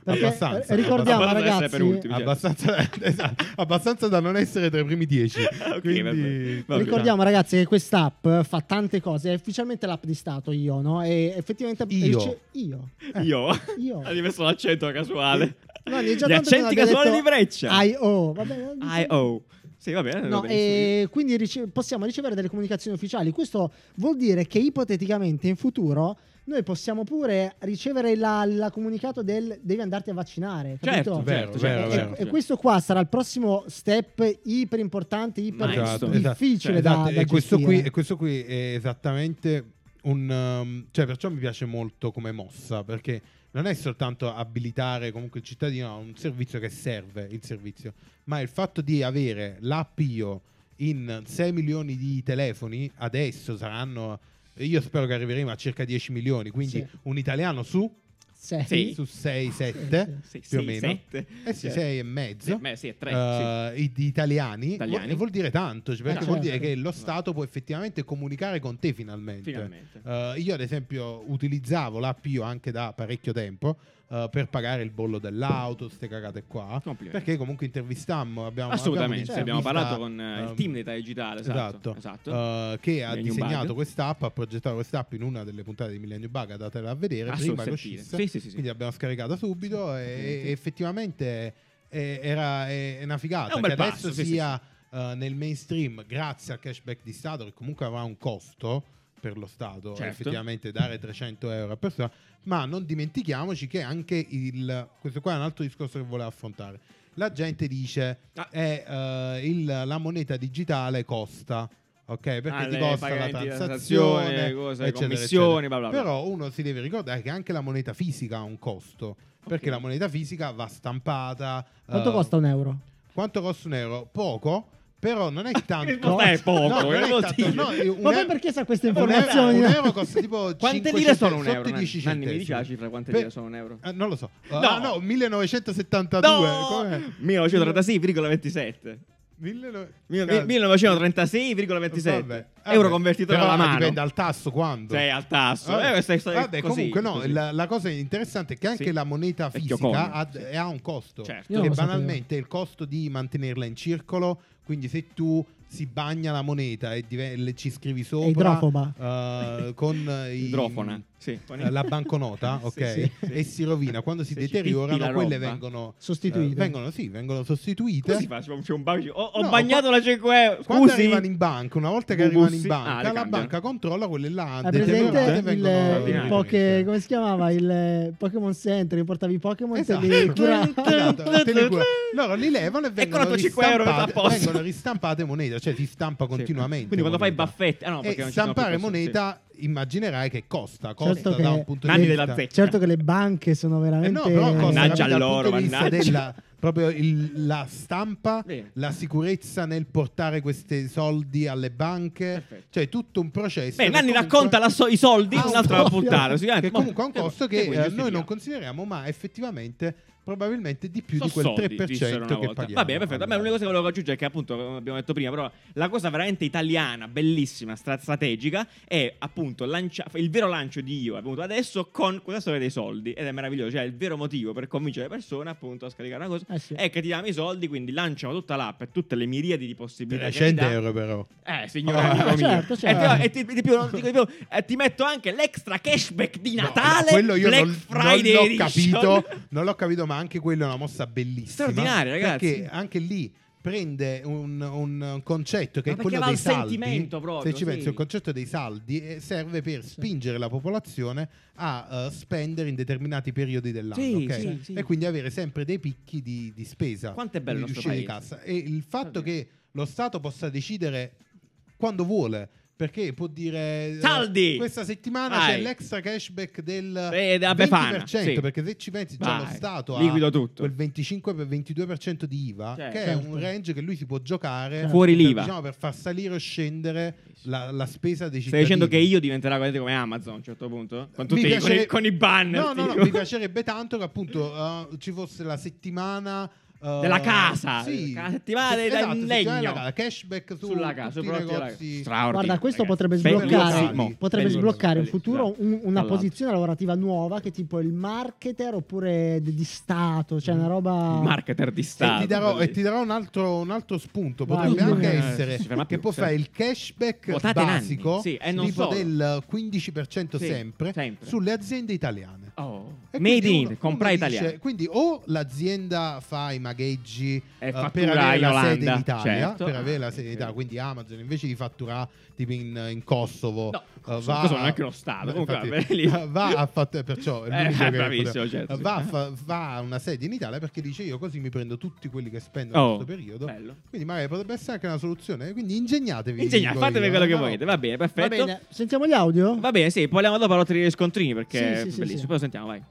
Perché, abbastanza. eh, ricordiamo abbastanza. Abbastanza da ragazzi, essere per ultimi. Abbastanza, esatto, abbastanza da non essere tra i primi dieci. Ok, Quindi, vabbè. Vabbè. ricordiamo, ragazzi, che quest'app fa tante cose, è ufficialmente l'app di Stato io, no? E effettivamente Io. esce- io. Io. Io. Hai messo l'accento casuale. No, ne è già Gli tanto che non accenti abbia casuali detto di Breccia. IO, vabbè, I.O. Sì, va Eh, bene. No, eh, va benissimo. e quindi rice- possiamo ricevere delle comunicazioni ufficiali. Questo vuol dire che ipoteticamente in futuro noi possiamo pure ricevere la- il comunicato del devi andarti a vaccinare. Certo, capito? Cioè, Vero, vero, certo, certo, E- vero. e, certo. questo qua sarà il prossimo step iper importante, iper Milestone. difficile Esatto, Cioè, da, da e questo gestire. qui, e questo qui è esattamente un, um, cioè, perciò mi piace molto come mossa, perché non è soltanto abilitare comunque il cittadino a un servizio che serve il servizio, ma il fatto di avere l'appio in 6 milioni di telefoni, adesso saranno, io spero che arriveremo a circa 10 milioni, quindi Sì. un italiano su, Sei. Sì. su 6, 7 Sì, più o sì, meno, sette. eh sì, Sì. 6 e mezzo. Sì, beh, sì, è tre, eh, i- di italiani, Italiani. Vuol, vuol dire tanto cioè, perché Eh, vuol certo. dire che lo No. Stato può effettivamente comunicare con te finalmente, Finalmente. eh, io ad esempio utilizzavo l'APIO anche da parecchio tempo eh, per pagare il bollo dell'auto, ste cagate qua. Complimenti. Perché comunque intervistammo, abbiamo, Assolutamente, abbiamo un'intervista, parlato con eh, il ehm, team di Italia Digitale, esatto, Esatto, esatto. eh, che ha Millennium disegnato Bug. quest'app, ha progettato quest'app in una delle puntate di Millennium Bug, andatela a vedere Ah, sul prima che sentire. uscisse. Sì, sì, sì, sì. Quindi l'abbiamo scaricata subito e, Assolutamente. e effettivamente eh, era è una È figata un che bel adesso passo, sì, sia eh, nel mainstream grazie al cashback di Stato che comunque avrà un costo per lo Stato Certo. effettivamente dare 300 euro a persona ma non dimentichiamoci che anche il questo qua è un altro discorso che volevo affrontare la gente dice Ah. eh, eh, il- la moneta digitale costa ok perché Ah, ti le costa la pagamenti, la transazione transazione, cose, eccetera, commissioni, eccetera. bla, bla, bla. però uno si deve ricordare che anche la moneta fisica ha un costo perché Ok. la moneta fisica va stampata Quanto eh, costa un euro? quanto costa un euro? Poco però non è tanto risposta è poco, No, non che è vuol tanto- dire? no, eh, un Ma poi euro- perché sa queste un euro- informazioni? un euro costa tipo Quante 500 lire sono un sotto euro? i Nanni? 10 Nanni, mi dici la centesimi. cifra, quante Per- lire sono un euro? Eh, non lo so. No. Ah, no, 1972. Com'è? 1936,27 1900 Mi- mi- Cazzo. 1936,27 Vabbè. euro Vabbè, convertito però con la mano. Dipende dal tasso quando. Sei al tasso. Vabbè, Eh, questa è- Vabbè, così, comunque no, così. la, la cosa interessante è che anche Sì. la moneta Vecchio fisica conio, ha, sì. ha un costo. Certo. Io non Che lo sapevo. banalmente è il costo di mantenerla in circolo, quindi se tu si bagna la moneta e dive- le- ci scrivi sopra idrofoba. eh, con eh, i- Idrofona, sì. eh, la banconota, Sì, ok? sì, sì. E si rovina quando si Se ci pippi deteriorano, la quelle roba. vengono eh, Sostituite. vengono, sì, vengono sostituite. Come si fa? C'è un- c'è un bagno- Ho, ho No, bagnato qua- la 5 euro. Quando Scusi. arrivano in banca, una volta che Bu- arrivano bussi- in ah, le banca, la cambiano. banca controlla quelle là Hai deteriorate presente e il, vengono il ordinate. Poké- come si chiamava? Il eh, Pokémon Center, che portavi i Pokémon Esatto. e li curavi. Esatto, te li cura. loro li levano e vengono, Ecco la tua 5 euro che ristampate, t'ha posto. vengono ristampate moneta, cioè si stampa continuamente. Quindi quando fai i moneta. baffetti, ah no, perché e non ci sono più stampare questo, sì. moneta immaginerai che costa, costa Certo da che- un punto Nanni di della vista. zecca. Certo che le banche sono Eh veramente no, però costa Mannaggia capito, dal loro, punto di vista mannaggia. della- proprio il- la stampa, Bene. la sicurezza nel portare questi soldi alle banche, Perfetto. cioè tutto un processo. Beh, che Nanni comunque- racconta la so- i soldi, Ah, un un'altra po'. puntata. sicuramente. che comunque ha un Eh, costo e che quindi eh, noi giustifichiamo. non consideriamo, ma effettivamente probabilmente di più So di quel soldi, 3% che dissero una paghiamo. volta. Va bene, perfetto. A me l'unica cosa che volevo aggiungere è che, appunto, come abbiamo detto prima, però la cosa veramente italiana, bellissima, stra- strategica, è appunto lancia- il vero lancio di io è venuto adesso con questa storia dei soldi. Ed è meraviglioso. Cioè, il vero motivo per convincere le persone, appunto, a scaricare una cosa Eh sì. è che ti danno i soldi, quindi lanciano tutta l'app e tutte le miriadi di possibilità. che ti 300 dà. euro però. Eh, signore, Ah, amico mio. certo, certo. E, Eh, ti, e ti- di più, non dico di più, eh, ti metto anche l'extra cashback di No, Natale. quello io Black non, Friday non l'ho Edition. capito, non l'ho capito, ma anche quella è una mossa bellissima. Straordinaria, ragazzi. Perché anche lì prende un, un concetto che Ma è perché quello va dei al saldi. sentimento proprio, se ci sì. pensi, il concetto dei saldi eh, serve per spingere la popolazione a eh, spendere in determinati periodi dell'anno, Sì, ok? sì, sì. e quindi avere sempre dei picchi di, di spesa. Quanto è bello di il nostro uscire di paese. cassa. E il fatto Va bene. che lo Stato possa decidere quando vuole. Perché può dire eh, Saldi! questa settimana c'è Vai. l'extra cashback del Eh, da Befana, 20%, sì. perché se ci pensi già Vai, lo Stato liquido ha tutto. quel 25-22% di IVA, Certo. che è Certo. un range che lui si può giocare Fuori per, l'IVA. diciamo, per far salire o scendere la, la spesa dei Stai cittadini. dicendo che io diventerò guardate, come Amazon a un certo punto? Con, Mi tutti i- con piacere- i, con i banner. No, no, no, tipo. mi piacerebbe tanto che appunto eh, ci fosse la settimana eh, Della casa. sì. La settimana del Esatto, settimana della legno. casa, cashback su Sulla casa, tutti sui i prodotti della negozi. Straordinario, Guarda, questo ragazzi. potrebbe Bellissimo. sbloccare, potrebbe Bellissimo. sbloccarare in Bellissimo. futuro Esatto. un- una Tra l'altro. posizione lavorativa nuova che tipo il marketer oppure di, di Stato, cioè una roba... Il marketer di E Stato. ti, darò, e bellissimo. ti darò un altro, un altro spunto. Vai, Potrebbe vai. anche Eh, essere si ferma che più, può sì. fare il cashback Votate Nanni. basico Sì, e non tipo solo. del 15% Sì, sempre, sempre. sulle aziende italiane. Oh. E E Made quindi in uno- comprai uno dice- italiano. Quindi o l'azienda fa i magheggi E eh, per fattura avere in la Olanda, sede in Italia, certo. per avere Ah, la sede in ok. Italia, quindi Amazon invece di fatturare tipo in, in Kosovo, No, eh, Kosovo- Kosovo non è anche uno stato, Beh, comunque infatti, vabbè, lì- va a fatturare, perciò è Eh, l'unico che- bravissimo, certo, sì. va, a fa- va a una sede in Italia perché dice io così mi prendo tutti quelli che spendono in Oh, questo periodo. bello. Quindi magari potrebbe essere anche una soluzione, quindi ingegnatevi. Ingegnere, dico fatemi io, quello che no? volete, va bene, Va perfetto. bene, sentiamo gli audio? Va bene, sì, parliamo dopo la lotteria degli scontrini perché Sì, sì, è sì, bellissimo. sì. Poi lo sentiamo, vai.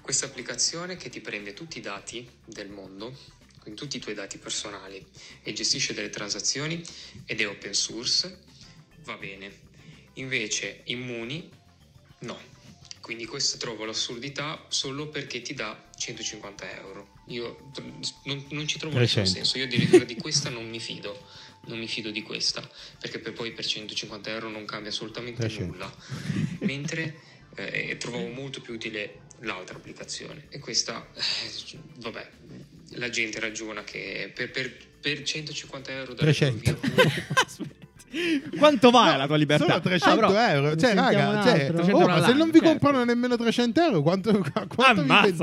Questa applicazione che ti prende tutti i dati del mondo, quindi tutti i tuoi dati personali e gestisce delle transazioni ed è open source, va bene. Invece immuni no. Quindi questo trovo l'assurdità solo perché ti dà 150 euro. Io tr- non, non ci trovo nessun 300. senso, io addirittura di questa non mi fido, non mi fido di questa, perché per poi per 150 euro non cambia assolutamente 300. nulla. Mentre eh, trovavo molto più utile l'altra applicazione e questa, eh, vabbè, la gente ragiona che per, per- per 150 euro darebbero 300. via Aspetta. Quanto vale No, la tua libertà? Sono 300 Ah, però- euro. Ne Cioè, sentiamo raga, un cioè, altro. 300 oh, ma euro se non vi all'anno, comprano nemmeno 300 euro, quanto, qu- quanto vi Ammazza, vendete?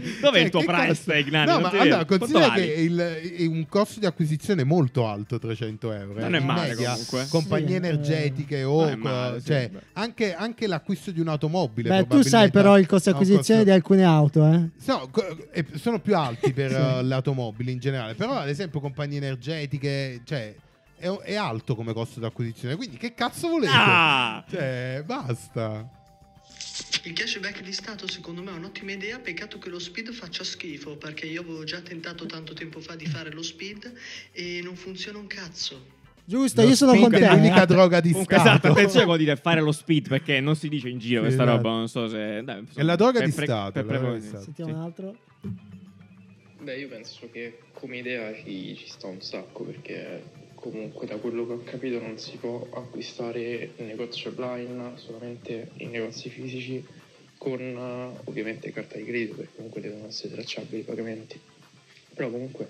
Cioè, Nanni. Dov'è il tuo che price costa- tag, Nanni? No, Non ma ti allora, vedo. Quanto considera vali? che il- è un costo di acquisizione molto alto 300 euro. Non eh, è in male, media, comunque. Compagnie Sì, eh. energetiche Non o... è male, sì, cioè, beh. anche, anche l'acquisto di un'automobile. Beh, tu probabilmente sai però il costo ha di un acquisizione costo- di alcune auto, eh? No, co- e p- sono più alti per Sì. eh, le automobili in generale, però ad esempio compagnie energetiche, cioè è, è alto come costo di acquisizione, quindi che cazzo volete? Ah! Cioè, basta. Il cashback di Stato secondo me è un'ottima idea, peccato che lo speed faccia schifo, perché io avevo già tentato tanto tempo fa di fare lo speed e non funziona un cazzo. Giusto, Lo io sono speed con te. è l'unica eh. droga di Comunque, Stato. esatto, attenzione vuol dire fare lo speed perché non si dice in giro Sì, questa esatto. roba. Non so se. dai, insomma, È la droga per di pre- Stato, per la droga di prevenire. Stato. Sentiamo Sì. un altro. Beh, io penso che come idea ci, ci sta un sacco perché comunque da quello che ho capito non si può acquistare in negozi online, solamente in negozi fisici con eh, ovviamente carta di credito perché comunque devono essere tracciabili i pagamenti. Però comunque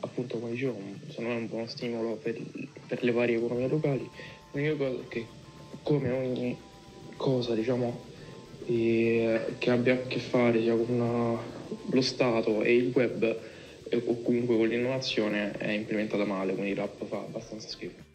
appunto come dicevo un- secondo me è un buono stimolo per, per le varie economie locali. L'unica cosa è che come ogni cosa diciamo eh, che abbia a che fare sia con eh, lo Stato e il web eh, o comunque con l'innovazione è implementata male, quindi l'app fa abbastanza schifo.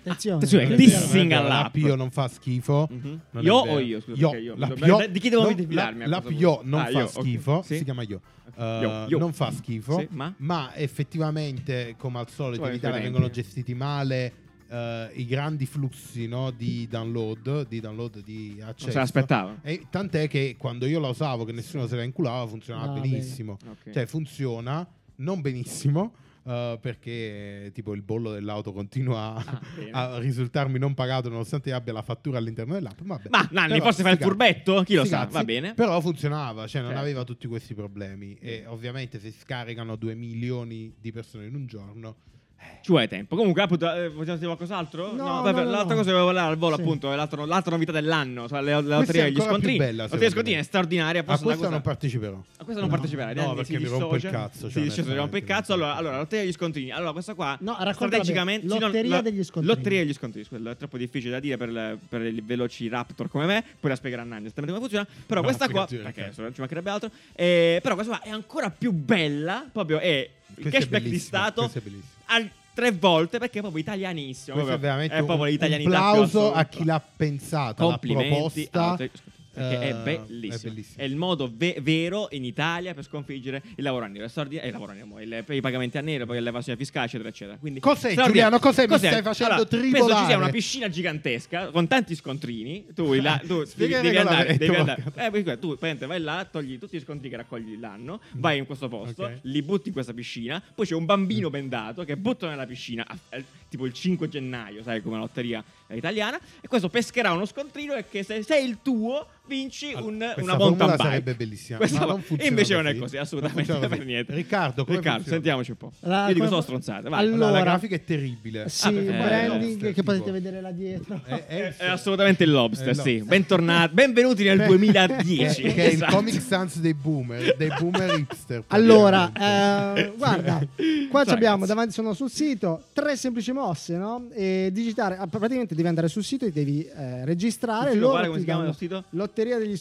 Attenzione. attenzione, Non è dissing vero, non è vero, all'app. La Pio non fa schifo. Mhm. Non è Io vero. o io? Scusa, Io. perché io- La Beh, Pio, di chi devo non- fidarmi a La, la questo Pio punto? non Ah, fa io, ok, schifo. sì. Si chiama io. Eh, Io, io. Non fa schifo. Sì, ma? effettivamente, come al solito, Cioè, in Italia veramente. vengono gestiti male. eh, I grandi flussi no, di download di download di Non accesso se l'aspettavo. E tant'è che quando io la usavo, che nessuno se la inculava, funzionava Ah, bene. benissimo. Ok. Cioè, funziona non benissimo. eh, perché tipo il bollo dell'auto continua Ah, bene. a risultarmi non pagato nonostante io abbia la fattura all'interno dell'app vabbè. Ma, Nanni, Però, forse fai il sti cazzi. furbetto? Chi lo Sti sa, cazzi. va bene. però funzionava cioè non Certo. aveva tutti questi problemi e ovviamente se scaricano 2 milioni di persone in un giorno Eh. Ci vuole tempo. Comunque, appunto, eh, vogliamo dire qualcos'altro? No, no, vabbè, no, l'altra no. cosa che volevo parlare al volo, Sì. appunto, è l'altro- l'altra novità dell'anno. Cioè, le, le Questa lotterie è ancora degli più scontrini. bella, la secondo lotteria degli scontrini me. è straordinaria. a posso questa da non parteciperò A questo non No. parteciperà. No, perché mi rompo il cazzo, cioè, Sì, cioè, mi rompo il onestamente. cazzo. Allora, allora, lotteria degli scontrini. Allora, questa qua. No, raccontala bene. strategicamente. sì, no, Lotteria la- degli scontrini. Lotteria degli scontrini. Quello è troppo difficile da dire per, le- per i veloci Raptor come me. Poi la spiegherà Nanni esattamente come funziona. Però No, questa qua. spiegazione, Perché ok. adesso non ci mancherebbe altro. Eh, però questa qua è ancora più bella. Proprio è il Questa è cashback di bellissima, Stato questa è bellissima. al tre volte perché è proprio italianissimo. Questo è proprio. veramente Diciamo è un, proprio un l'italianità più applauso a assoluta. chi l'ha pensata, l'ha Complimenti proposta. alla te- perché Eh, è bellissimo. è bellissimo. È il modo ve- vero in Italia per sconfiggere il lavoro a nero, è straordinario- eh, il lavoro a nero, il- per i pagamenti a nero, poi l'evasione fiscale, eccetera, eccetera. Quindi, Cos'è, straordinario. Giuliano? Cos'è? Mi stai facendo allora, Penso ci tribolare. sia una piscina gigantesca con tanti scontrini. Tu, là, tu devi, Spiega il devi andare, regolamento, devi andare. porca. Eh, perché tu praticamente vai là, togli tutti gli scontrini che raccogli l'anno, vai in questo posto, Mm. Ok. li butti in questa piscina. Poi c'è un bambino bendato che buttano nella piscina, a- eh, tipo il 5 gennaio, sai, come lotteria eh, italiana. E questo pescherà uno scontrino. E che se sei il tuo, vinci Allora, un, questa una mountain formula bike. sarebbe bellissima, Questa ma va- non funziona e invece non è così. così, Non assolutamente funziona per così. niente. Riccardo, come Riccardo, funziona? sentiamoci un po'. La- Io dico come- sono stronzate. Vai. La- Allora- la grafica è terribile. Sì, Ah, perché- branding Eh, che potete tipo- Eh, vedere là dietro. È, è- È assolutamente il lobster, È sì. lobster. Bentornati, benvenuti nel 2010. Che, che è il Esatto. Comic Sans dei boomer, dei boomer hipster. Allora, eh, guarda, qua Ragazzi. ci abbiamo davanti, sono sul sito, tre semplici mosse, no? E digitare, ah, praticamente devi andare sul sito e devi eh, registrare. Il sito loro quale, come ti si chiama danno lo sito? batteria degli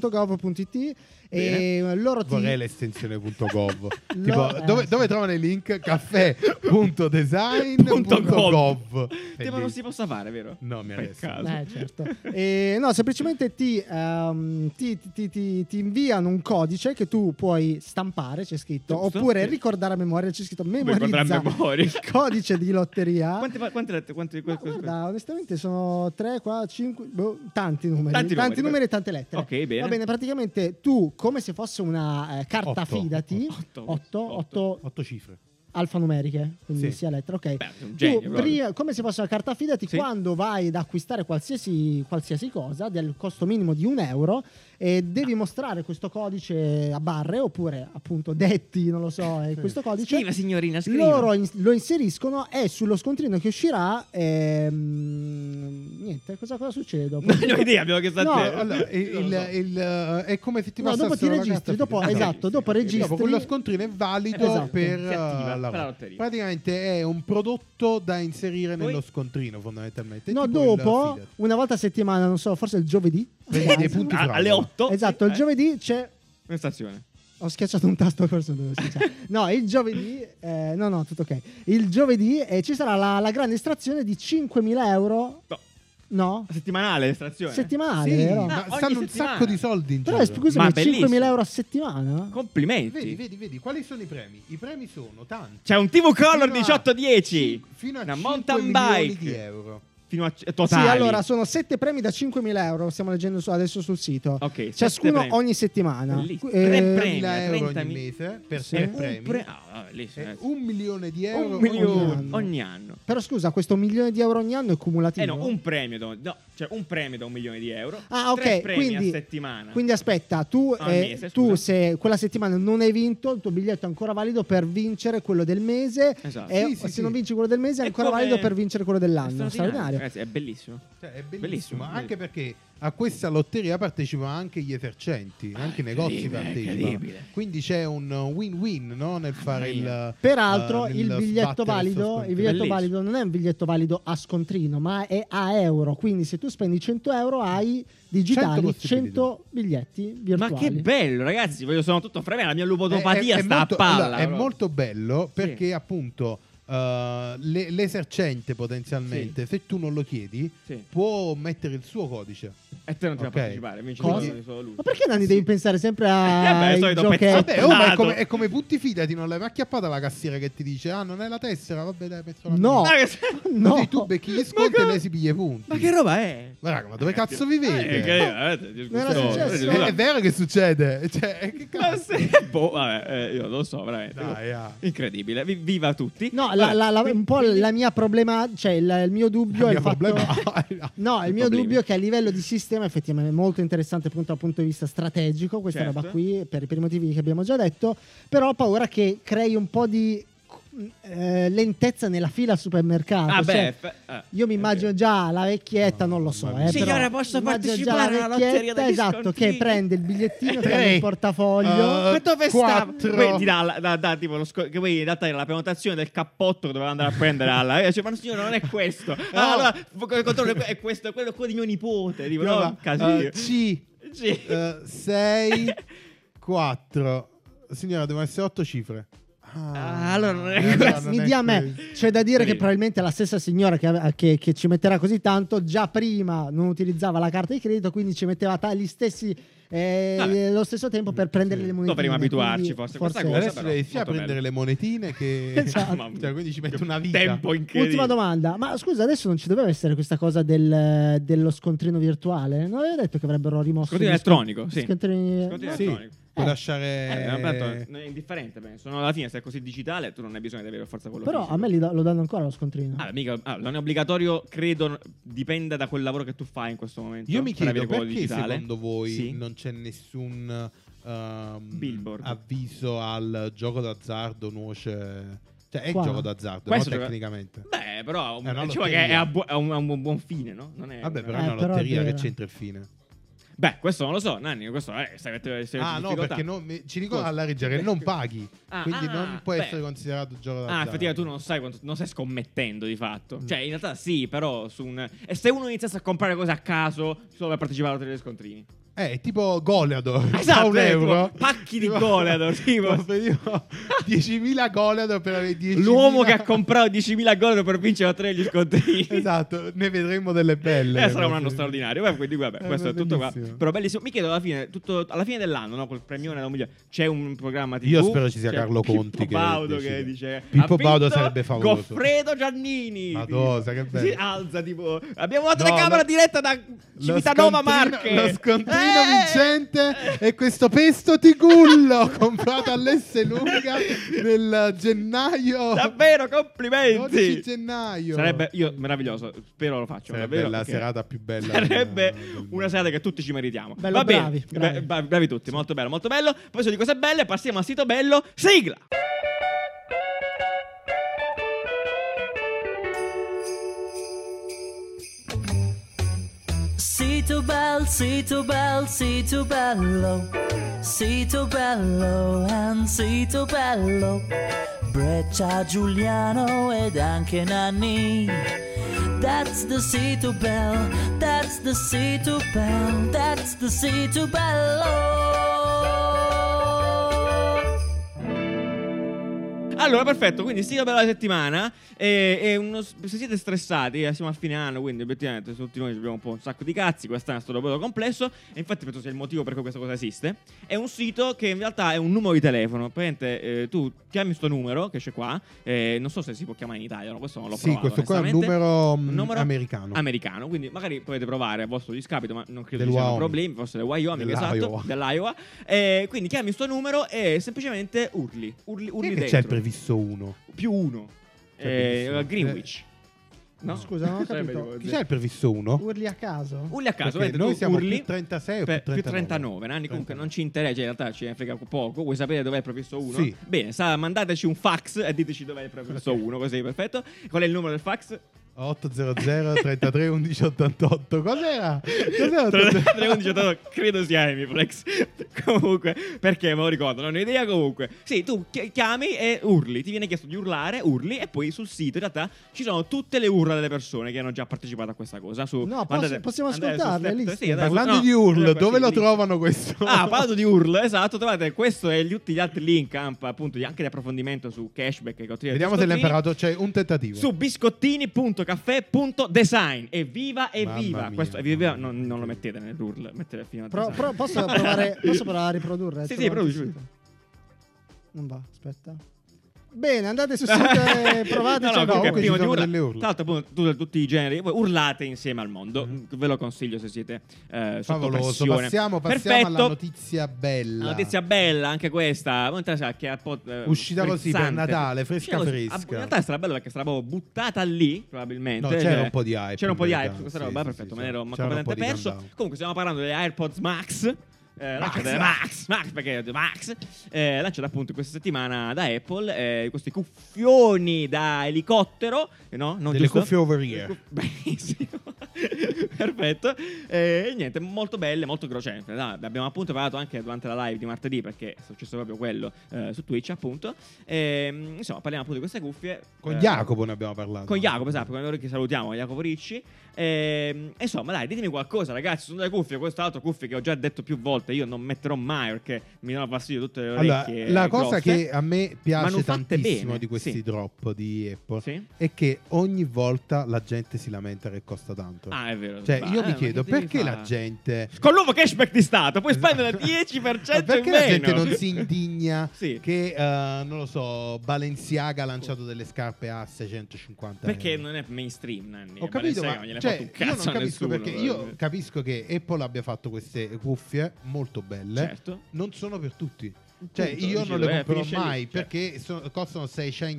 scontrini.gov.it e Bene. loro eh, ti Vorrei l'estensione.gov. Lo- tipo, eh, dove, sì. dove trovano i link? caffè.design.gov. Te ma non si possa fare, vero? No, mi adesso. Peccato. Eh, certo. E, no, semplicemente ti, ehm, ti, ti- ti- ti inviano un codice che tu puoi stampare, c'è scritto, Giusto, oppure sì. ricordare a memoria, c'è scritto Puoi guardare memorizza a memoria. il codice di lotteria. Quante, quante, quante, quante, Ma quante- quante- guarda, onestamente sono 3, 4, 5, boh, tanti numeri, Tanti tanti, numeri, numeri beh. e tante lettere. Ok, bene. Va bene, praticamente tu, come se fosse una eh, carta Otto. fidati, Otto. 8, Otto. 8 8 cifre. alfanumeriche, quindi Sì. sia lettera, ok. Beh, sei un Tu, genio. proprio. pri- come se fosse una carta fidati, Sì. quando vai ad acquistare qualsiasi, qualsiasi cosa del costo minimo di un euro e devi mostrare questo codice a barre oppure appunto detti, non lo so, eh, questo codice. Scriva, signorina, scriva. Loro in- lo inseriscono e sullo scontrino che uscirà ehm, niente, cosa, cosa succede dopo? Non ho idea, abbiamo chiesto a No, te. Eh, Allora, il- Non lo so. il- il- è come se ti No, passassero dopo ti la registri, carta dopo, fisica. esatto, sì, sì, sì. dopo E registri. dopo quello scontrino è valido Esatto. per Si eh, attiva per la roba. lotteria. Praticamente è un prodotto da inserire Poi- nello scontrino, fondamentalmente. È No, tipo il dopo, Fidel. una volta a settimana, non so, forse il giovedì. Vedi dei punti Ah, fravola. alle 8. Esatto, il giovedì c'è In stazione. Ho schiacciato un tasto forse non dovevo schiacciare. No, il giovedì. eh, no, no, tutto ok. Il giovedì eh, ci sarà la, la grande estrazione di 5.000 euro. No. No? Settimanale, estrazione. Settimanale, Sì, vero? ma Ah, ogni stanno un settimana. sacco di soldi in Però giro. scusami, Ma 5.000 bellissimo. euro a settimana? Complimenti. Vedi, vedi, vedi, quali sono i premi? I premi sono tanti. C'è un TV Cioè, Color Fino a- 1810. fino a Una 5 mountain milioni bike. di euro. Fino a Sì, totale. allora sono 7 premi da 5.000 euro. Stiamo leggendo su- adesso sul sito. Ok, sette Ciascuno premi. ogni settimana. Bellissimo. Eh, Tre premi. 3.000 euro 30.000. ogni mese per Sì. tre Eh, un premi. pre- ah, vabbè, lì, Eh, eh, un milione di un euro milione ogni anno. ogni anno. Però scusa, questo milione di euro ogni anno è cumulativo. Eh no, un premio, da, no, cioè un premio da un milione di euro. Ah, ok. Tre premi quindi, a settimana. Quindi aspetta, tu, Ah, eh, mese, tu scusa. se quella settimana non hai vinto, il tuo biglietto è ancora valido per vincere quello del mese. Esatto. E Sì, sì, se sì. non vinci quello del mese, è È ancora come- Eh. valido per vincere quello dell'anno. Straordinario. Ragazzi, è bellissimo. Cioè, è bellissimo, Bellissimo, anche perché a questa lotteria partecipano anche gli esercenti, Ah, anche i negozi incredibile, partecipano. incredibile. Ah, Quindi c'è un win-win no? nel fare mia. il... Peraltro, eh, nel il biglietto sbattere sto valido, scontrino. il biglietto Bellissimo. valido non è un biglietto valido a scontrino, ma è a euro. Quindi, se tu spendi 100 euro, hai digitali 100, possibilità. biglietti Ma Cioè, virtuali. Eh, che bello, ragazzi. Voglio, sono tutto freme. La mia È- lupotopatia è- è sta molto- a palla. allora, è proprio. molto bello Sì. perché appunto eh, le- l'esercente potenzialmente, se tu non lo chiedi, Sì. può mettere il suo codice. E te non ti Ok. puoi partecipare. Vinci Cosa? solo- solo lui. Ma perché Nanni devi pensare sempre a Eh beh, ai solito giochetti? pezzo- Vabbè, oh, ma è Nato. come, è come punti fidati, non l'hai mai acchiappata la cassiera che ti dice "Ah, non è la tessera, vabbè, dai, penso la No. mia". Ah, che- No. Così tu becchi gli Ma sconti co- e lei si piglia i punti. Ma che roba è? Ma raga, ma dove cazzo Eh, vivete? Cioè, che- eh, Non era disgustoso. successo. È, è vero che succede. Cioè, che Ma cazzo? se- boh, vabbè, eh, io lo so, veramente. Dai, ah. Incredibile, vi- viva tutti. eh, No, la- Vabbè, la- la- quindi- un po' la mia problema, cioè il, il mio dubbio è Il il fatto... problema. No, il I mio problemi. dubbio è che a livello di sistema effettivamente è molto interessante appunto dal punto di vista strategico questa Certo. roba qui per, per i motivi che abbiamo già detto, però ho paura che crei un po' di eh, lentezza nella fila al supermercato. Ah, cioè, beh, fe- eh, io mi è immagino vero. già la vecchietta, non lo so. mamma mia. Eh, Signora, però posso immagino già partecipare alla la lotteria vecchietta, degli Esatto, che scontrini? prende il bigliettino che Tre. ha nel portafoglio. Eh, Ma dove quattro. sta? Poi ti dà, la- dà- dà tipo lo sco- che poi in realtà era la prenotazione del cappotto che doveva andare a prendere alla. eh, cioè, ma no, signora, non è questo. Ah, allora, f- controllo, è questo, è quello, quello di mio nipote. Tipo, no, Prova, un casino. eh, C Eh, Sì. 6 4 Signora, devono essere 8 cifre. Ah, allora non è eh, questo. allora non mi è dia a me, questo. c'è da dire Sì. che probabilmente la stessa signora che, ave- che- che ci metterà così tanto già prima non utilizzava la carta di credito, quindi ci metteva ta- gli stessi, eh, Vabbè. lo stesso tempo per prendere Sì. le monete. Dovremmo abituarci, forse, questa cosa. Adesso però, devi sia molto prendere bello. le monetine che... Esatto. cioè, quindi ci mette una vita. Tempo incredibile. Ultima domanda, ma scusa, adesso non ci doveva essere questa cosa del- dello scontrino virtuale? Non avevo detto che avrebbero rimosso Scontrino gli scon- elettronico, sì. scontrini- Scontrino Sì, elettronico. puoi Eh. lasciare... Eh, ma tanto non è indifferente, penso. No, alla fine, se è così digitale, tu non hai bisogno di avere forza quello Però fisico. a me li do- lo danno ancora lo scontrino. Ah, mica- ah, non è obbligatorio, credo, n- dipenda da quel lavoro che tu fai in questo momento. Io mi per chiedo avere quello perché digitale. secondo voi Sì. non c'è nessun ehm, Billboard. avviso al gioco d'azzardo nuoce. Cioè, è Qua? gioco d'azzardo, no, Questo gioca- tecnicamente. Beh, però È una diciamo che lotteria. è a, bu- a un, a un buon- buon fine, no? Non è- Vabbè, non però è- è una Eh, però è lotteria che vero. c'entra il fine. Beh, questo non lo so, Nanni, questo eh, è se avete, se avete Ah, no, difficoltà. perché non- mi- ci ricorda Cosa? alla regia che non cioè. paghi. Ah, quindi ah, non può beh. essere considerato gioco d'azzardo. Ah, effettivamente tu non sai quanto non stai scommettendo di fatto. Mm. Cioè, in realtà sì, però su un e se uno iniziasse a comprare cose a caso solo per partecipare alla lotteria degli scontrini. Eh, tipo Goleador. Esatto, a un eh, euro. tipo pacchi di Goleador, tipo. Offrivo 10.000 Goleador per avere 10.000. L'uomo che ha comprato 10.000 gol per vincere a tre gli scontrini. Esatto, ne vedremo delle belle. Eh, sarà un anno straordinario. Beh, quindi, vabbè, Eh, questo è beh, tutto qua. bellissimo. Però bellissimo. Mi chiedo alla fine, tutto- alla fine dell'anno, no? Col premione da un milione, c'è un programma TV. Io spero ci sia c'è Carlo Conti che Pippo Baudo che, decide. dice: Pippo "Ha Baudo vinto sarebbe favoloso." Goffredo Giannini. Madonna, che bello. Si alza tipo. Abbiamo la No, telecamera lo- diretta da Lo Civitanova scontrino- Marche. Lo scontrino Eh! vincente è questo pesto di gullo comprato all'S Lunga nel gennaio. Davvero, 12 complimenti. gennaio. Sarebbe io, meraviglioso. Spero lo faccio. Sarebbe davvero, la Cioè, perché serata più bella. del- Sarebbe del- una serata che tutti ci meritiamo. Bello, Va bene. bravi, Beh, bravi. bravi, bravi tutti, molto bello, molto bello. Poi se di cose belle passiamo al sito bello. Sigla. Sito bel, sito bel, sito bello. Sito bello and sito bello. Breccia Giuliano ed anche Nanni. That's the sito bell, that's the sito bell, that's the sito bello. Allora, perfetto, quindi sigla per la settimana. E, e uno- se siete stressati, eh, siamo a fine anno, quindi obiettivamente tutti noi abbiamo un po' un sacco di cazzi, quest'anno è stato bello complesso, e infatti penso sia il motivo per cui questa cosa esiste. È un sito che in realtà è un numero di telefono. Praticamente eh, tu chiami sto numero che c'è qua, eh, non so se si può chiamare in Italia, no, questo non l'ho Sì, provato, questo qua è un onestamente. numero, mm, americano. Americano, quindi magari potete provare a vostro discapito, ma non credo Del ci siano Wyoming. problemi, forse del Wyoming, esatto, Dell'Iowa. dell'Iowa. Eh, quindi chiami sto numero e semplicemente urli, urli, urli Perché dentro c'è il prefisso 1? più uno. Cioè, Eh, benissimo. Greenwich. No. Scusa, non ho Sarebbe capito. tipo- Chi c'è il prefisso 1? Urli a caso? Urli a caso, Perché vedete, noi tu siamo urli più 36 o per- più 39? Nanni, comunque non ci interessa, cioè, in realtà ci frega poco. Vuoi sapere dov'è il professor 1? Sì. Bene, sa- mandateci un fax e diteci dov'è il professor 1, così perfetto. Qual è il numero del fax? 800 33 11 88. Cos'era? Cos'era? Esatto. 311 credo sia Emiflex. comunque, perché me lo ricordo, non ho idea. Comunque, sì, tu chi- chiami e urli. Ti viene chiesto di urlare, urli. E poi sul sito, in realtà, ci sono tutte le urla delle persone che hanno già partecipato a questa cosa. Su, No, posso- possiamo andate su ascoltarle, Snapchat, lista. sì, andate su- Parlando no, di URL, ecco, dove sì, lo lì. trovano questo? Ah, parlando di URL, esatto, trovate questo e gli- tutti gli altri link amp, appunto, gli- anche di approfondimento su cashback e cotrie- Vediamo se l'ha biscottini, imparato. C'è un tentativo. Su biscottini.caffè.design. Evviva, Mamma evviva! mia. Questo evviva non, non lo mettete nell'URL, mettete fino a Pro- design. pro- posso, provare, posso provare a riprodurre? eh, Sì, C'è sì, un altro produci. sito. Non va, aspetta. Bene, andate sul sito e provate. No, no, comunque, cioè, comunque ci prima di sono urla- delle urla. Tra l'altro, appunto, tu- tutti i generi, voi urlate insieme al mondo. Ve lo consiglio se siete eh, sotto Mm-hmm. Favoloso. pressione. Passiamo, passiamo Perfetto. alla notizia bella. La notizia bella, anche questa. Non interessa che è un po', eh, Uscita così per frizzante. Natale, fresca, Uscita così. fresca. Ah, In realtà sarà bella perché sarà proprio buttata lì, probabilmente. Cioè, No, c'era un po' di hype, C'era un po' di in hype realtà. su questa Sì, roba, sì, perfetto, sì, me ne ero c'era completamente un po' di perso. countdown. Comunque stiamo parlando delle AirPods Max. Eh, lanciate Max, Max, perché Max eh, lanciate appunto questa settimana da Apple eh, questi cuffioni da elicottero, eh, no? Non Delle giusto? cuffie over ear. Benissimo. Perfetto. E niente, molto belle, molto crocente. Dai, abbiamo appunto parlato anche durante la live di martedì perché è successo proprio quello eh, su Twitch, appunto. E, mm, insomma, parliamo appunto di queste cuffie. Con Eh, Jacopo ne abbiamo parlato. Con Jacopo, esatto, con loro che salutiamo, Jacopo Ricci. E, mm, insomma, dai, ditemi qualcosa, ragazzi. Sono delle cuffie, queste altre cuffie che ho già detto più volte. Io non metterò mai perché mi danno fastidio tutte le Allora, orecchie. la cosa grosse. che a me piace Manufatte tantissimo bene, di questi sì. drop di Apple Sì? è che ogni volta la gente si lamenta che costa tanto. Ah, è vero. cioè, Va, io eh, mi ma chiedo che devi perché la fare? gente Con l'uovo cashback di Stato puoi spendere il Esatto. 10% Ma perché in la meno. gente non si indigna Sì. che, eh, non lo so, Balenciaga ha lanciato delle scarpe a 650 Perché euro? non è mainstream, Nanni. Ho capito, Balenciaga ma gliene ha cioè, fatto un io non cazzo a capisco nessuno, perché io eh. capisco che Apple abbia fatto queste cuffie molto belle, Certo. non sono per tutti. Cioè, Punto, io dici, non le eh, comprerò finisce lì, mai cioè. perché so- costano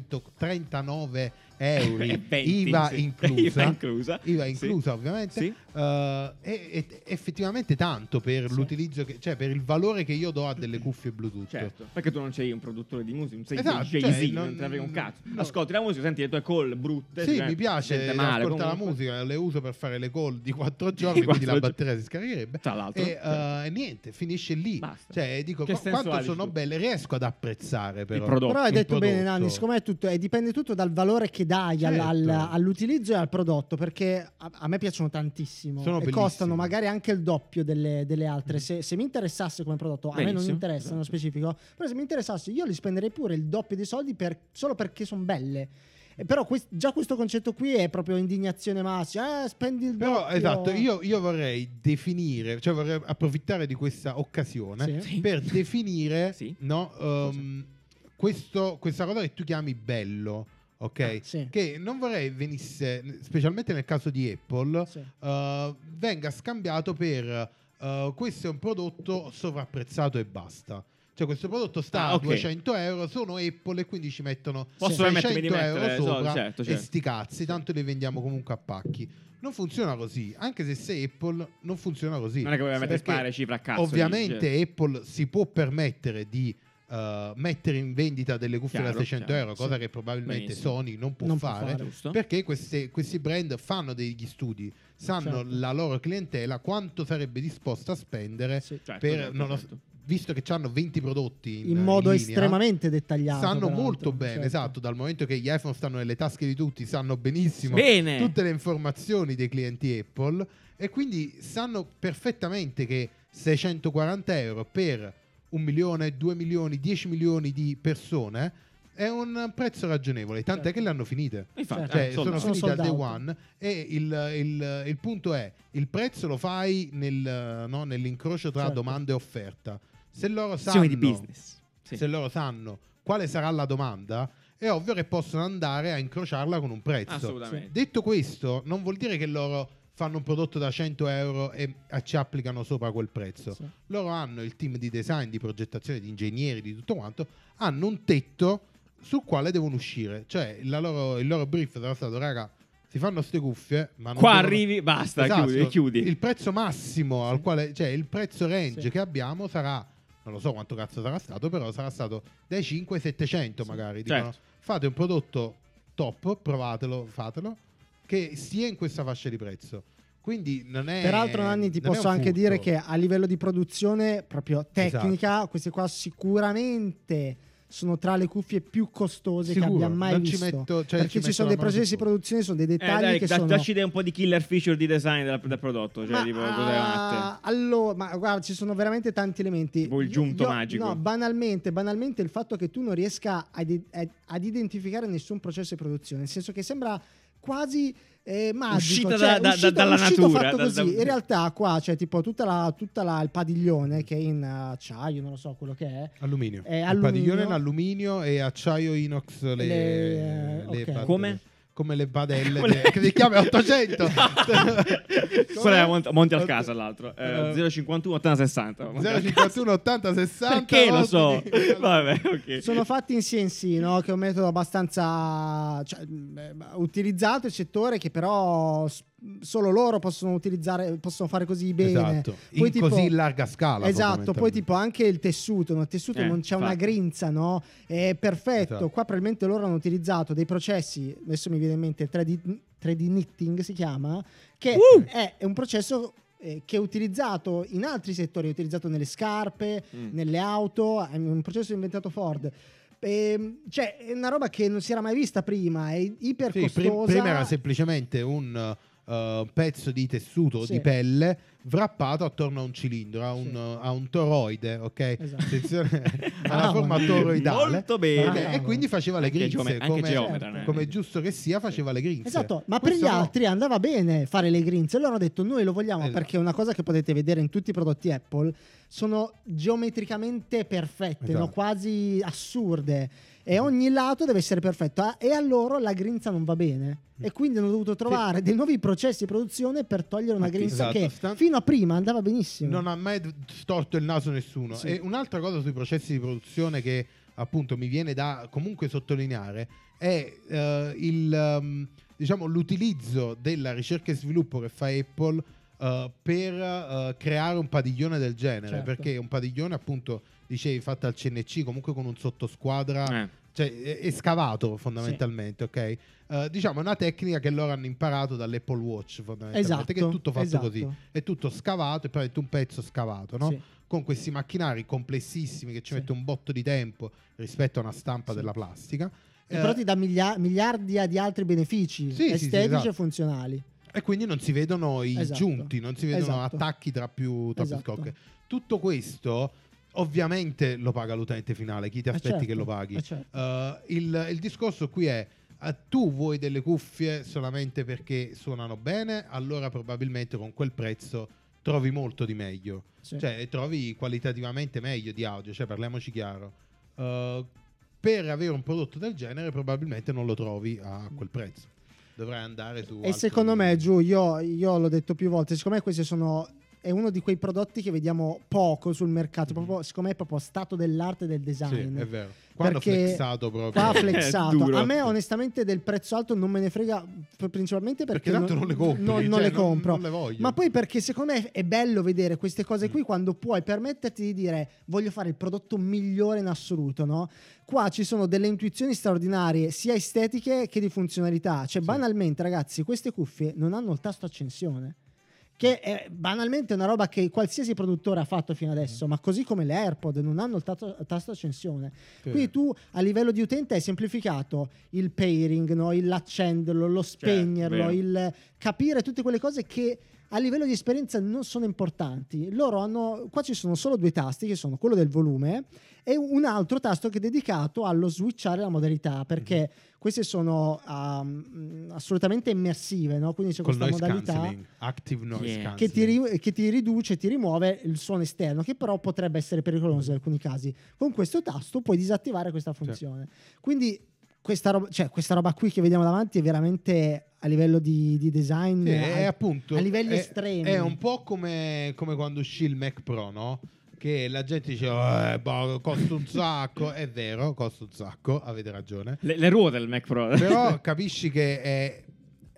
639 euro, E 20, IVA sì. inclusa. Eh, IVA inclusa. IVA Sì. inclusa, ovviamente. Sì. Eh, e- e- effettivamente tanto per l'utilizzo, che, cioè per il valore che io do a delle cuffie Bluetooth. Certo, perché tu non sei un produttore di musica, non sei Esatto, Jay-Z, cioè, non, non- te ne frega un cazzo. no. Ascolti la musica, senti le tue call brutte. Sì, cioè, mi gente piace male, ascoltare la comunque. musica, le uso per fare le call di quattro giorni, quindi Quattro la giorni. batteria si scaricherebbe. Tra l'altro, E certo. eh, e niente, finisce lì. Basta. Cioè, dico, Che qu- quanto sensuali, sono scusa. belle, riesco ad apprezzare però. prodotto. Però hai Il detto bene, prodotto. Nanni. Siccome è tutto, e eh, dipende tutto dal valore che dai al- Certo. al- all'utilizzo e al prodotto perché a, a me piacciono tantissimo Sono Mm. e bellissime. costano magari anche il doppio delle, delle altre. Se, se mi interessasse come prodotto, a me non Benissimo, interessa nello esatto. specifico, però se mi interessasse io li spenderei pure il doppio di soldi per- solo perché sono belle. Eh, Però quest- già questo concetto qui è proprio indignazione massima. Eh, spendi il Però doppio. esatto, io, io vorrei definire, cioè vorrei approfittare di questa occasione Sì. Sì. per definire Sì. no, ehm, questo- questa cosa che tu chiami bello, ok? Ah, sì. Che non vorrei venisse, specialmente nel caso di Apple, Sì. eh, venga scambiato per eh, questo è un prodotto sovrapprezzato e basta. Cioè questo prodotto sta Ah, a ok. 200 euro, sono Apple e quindi ci mettono Posso 600 permettermi di mettere, euro sopra so, certo, e certo. sti cazzi, tanto li vendiamo comunque a pacchi. Non funziona così, anche se sei Apple non funziona così. Non è che vuoi mettere Perché spare cifre a cazzo. cioè. Ovviamente dice. Apple si può permettere di eh, mettere in vendita delle cuffie Chiaro, da 600 chiaro, euro, cosa sì. che probabilmente Benissimo. Sony non può Non può fare. fare. Ah, Giusto. Perché queste- questi brand fanno degli studi, sanno Certo. la loro clientela quanto sarebbe disposta a spendere Sì. Certo, per- certo, non lo- certo. visto che hanno 20 prodotti in, in modo linea, estremamente dettagliato. Sanno peraltro, molto bene, certo. esatto, dal momento che gli iPhone stanno nelle tasche di tutti, sanno benissimo Bene. tutte le informazioni dei clienti Apple e quindi sanno perfettamente che 640 euro per un milione, due milioni, 10 milioni di persone è un prezzo ragionevole, tant'è che le hanno finite. Infatti, Cioè, eh, sold sono out. Sono finite al day sold out. one e il, il- il punto è il prezzo lo fai nel, no, nell'incrocio tra Certo. domanda e offerta. Se loro sanno Azioni di business. Sì. se loro sanno quale sarà la domanda, è ovvio che possono andare a incrociarla con un prezzo. Assolutamente. Detto questo, non vuol dire che loro fanno un prodotto da 100 euro e eh, ci applicano sopra quel prezzo. Sì. Loro hanno il team di design, di progettazione, di ingegneri, di tutto quanto, hanno un tetto sul quale devono uscire. Cioè, la loro- il loro brief sarà stato, raga, si fanno ste cuffie, ma non Qua devono- arrivi, basta, Esatto. chiudi, chiudi. Il prezzo massimo al Sì. quale, cioè il prezzo range Sì. che abbiamo sarà, non lo so quanto cazzo sarà stato, però sarà stato dai 5 ai 700 Sì. magari. Certo. Dicono, fate un prodotto top, provatelo, fatelo, che sia in questa fascia di prezzo. Quindi non è... Peraltro, Nanni, ti non è posso un anche furto. Esatto. dire che a livello di produzione proprio tecnica, queste qua sicuramente sono tra le cuffie più costose Sicuro, che abbiamo mai non ci visto. metto- cioè, perché ci ci, metto sono la dei mano processi di sul produzione, sono dei Eh, dettagli dai, che da- sono. dacci idea un po' di killer feature di design della- del prodotto. Cioè, Ma, tipo, cose ah, matte. allora, ma guarda, ci sono veramente tanti elementi. Tipo il Io- giunto io- magico. No, banalmente, banalmente il fatto che tu non riesca ad, ad- ad identificare nessun processo di produzione, nel senso che sembra quasi eh, magico, Uscita cioè, da- da- uscita- dalla uscito natura, fatto da- così. da- In realtà qua c'è tipo tutta la, tutta la- il padiglione che è in eh, acciaio, non lo so quello che è. Alluminio. È Il Eh, alluminio. padiglione in alluminio e acciaio inox le, Le- le ok. padelle. Come? Come le padelle Quelle- de- che si chiama 800. Quella è Monti, Monti al Otto- caso, l'altro. Eh, 051 80 60. 051 80 60 Perché lo so? ottimi. Vabbè, ok. Sono fatti in CNC, che è un metodo abbastanza cioè, mh, utilizzato in settore che però s- solo loro possono utilizzare, possono fare così bene. Esatto, Poi in tipo- così larga scala. Esatto, poi fondamentalmente. tipo anche il tessuto, no? il tessuto Eh, non c'è una infatti. grinza, no? È perfetto. Esatto. Qua probabilmente loro hanno utilizzato dei processi, adesso mi viene in mente il 3D, 3D knitting si chiama, che Uh! è un processo eh, che è utilizzato in altri settori, è utilizzato nelle scarpe, Mm. nelle auto, è un processo inventato Ford. Ehm, cioè, è una roba che non si era mai vista prima, è iper Sì, prim- costosa. prima era semplicemente un eh, pezzo di tessuto o Sì. di pelle wrappato attorno a un cilindro, a un, Sì. a un toroide, ok? Esatto. Attenzione, ha una Bravo. forma toroidale. Ah, Molto bene. Ok, E quindi faceva le Anche grinze, geome- anche come, geometra, eh. come Nanni. giusto che sia, faceva le grinze. Esatto, ma Questo per gli no. altri andava bene fare le grinze. Loro hanno detto noi lo vogliamo Esatto. perché una cosa che potete vedere in tutti i prodotti Apple sono geometricamente perfette, Esatto. Mhm. no? quasi assurde. E ogni lato deve essere perfetto. Ah, E a loro la grinza non va bene. Mm. E quindi hanno dovuto trovare dei nuovi processi di produzione per togliere una Infatti, grinza esatto. che Stan- fino a prima andava benissimo. Non ha mai d- storto il naso nessuno. Sì. E un'altra cosa sui processi di produzione che appunto mi viene da comunque sottolineare è eh, il, ehm, diciamo, l'utilizzo della ricerca e sviluppo che fa Apple eh, per eh, creare un padiglione del genere. Certo. Perché un padiglione appunto, dicevi, fatto al CNC comunque con un sottosquadra Eh, cioè è, è scavato fondamentalmente, ok? Eh, diciamo è una tecnica che loro hanno imparato dall'Apple Watch fondamentalmente, Esatto, che è tutto fatto esatto. così, è tutto scavato e poi è un pezzo scavato, no? Sì. Con questi macchinari complessissimi che ci Sì. mette un botto di tempo rispetto a una stampa Sì. della plastica E Eh, però ti dà milia- miliardi di altri benefici Sì, sì, sì, estetici esatto. e funzionali. E quindi non si vedono i Esatto. giunti, non si vedono Esatto. attacchi tra più, tra più Esatto. scocche. Tutto questo ovviamente lo paga l'utente finale, chi ti Eh, aspetti certo, che lo paghi. eh, certo. Eh, il, il discorso qui è, eh, tu vuoi delle cuffie solamente perché suonano bene, allora probabilmente con quel prezzo trovi molto di meglio, Sì. cioè trovi qualitativamente meglio di audio, cioè parliamoci chiaro. Eh, per avere un prodotto del genere probabilmente non lo trovi a quel prezzo. Dovrai andare su... E altri- secondo me, Giù, io, io l'ho detto più volte, secondo me questi sono... È uno di quei prodotti che vediamo poco sul mercato, proprio, secondo me è proprio stato dell'arte del design. Mm-hmm. Sì, è vero. Quando ha Perché flexato proprio. Qua ha flex- flexato. duro. A me onestamente del prezzo alto non me ne frega p- principalmente perché, Perché tanto non le compri, non- cioè, non le non- compro. non le voglio. Ma poi perché secondo me è bello vedere queste cose qui quando puoi permetterti di dire voglio fare il prodotto migliore in assoluto, no? Qua ci sono delle intuizioni straordinarie, sia estetiche che di funzionalità. Cioè, Sì. banalmente, ragazzi, queste cuffie non hanno il tasto accensione. Che è banalmente una roba che qualsiasi produttore ha fatto fino adesso, Mm. ma così come le AirPod non hanno il tasto- tasto accensione. Sì. Quindi tu a livello di utente hai semplificato il pairing, no? il l'accenderlo, lo Certo, spegnerlo, vero. il capire tutte quelle cose che a livello di esperienza non sono importanti. Loro hanno qua ci sono solo due tasti che sono quello del volume e un altro tasto che è dedicato allo switchare la modalità, perché Mhm. queste sono um, assolutamente immersive, no? Quindi c'è Col questa noise modalità cancelling, active noise Yeah. cancelling. che ti, ri- che ti riduce, ti rimuove il suono esterno, che però potrebbe essere pericoloso in alcuni casi. Con questo tasto puoi disattivare questa funzione. Quindi questa roba, cioè, questa roba qui che vediamo davanti è veramente a livello di, di design Sì, eh, è appunto a livelli è- estremi. È un po' come, come quando uscì il Mac Pro, no? Che la gente diceva, eh, boh, costa un sacco. è vero, costa un sacco, avete ragione. Le, le ruote del Mac Pro. Però capisci che è-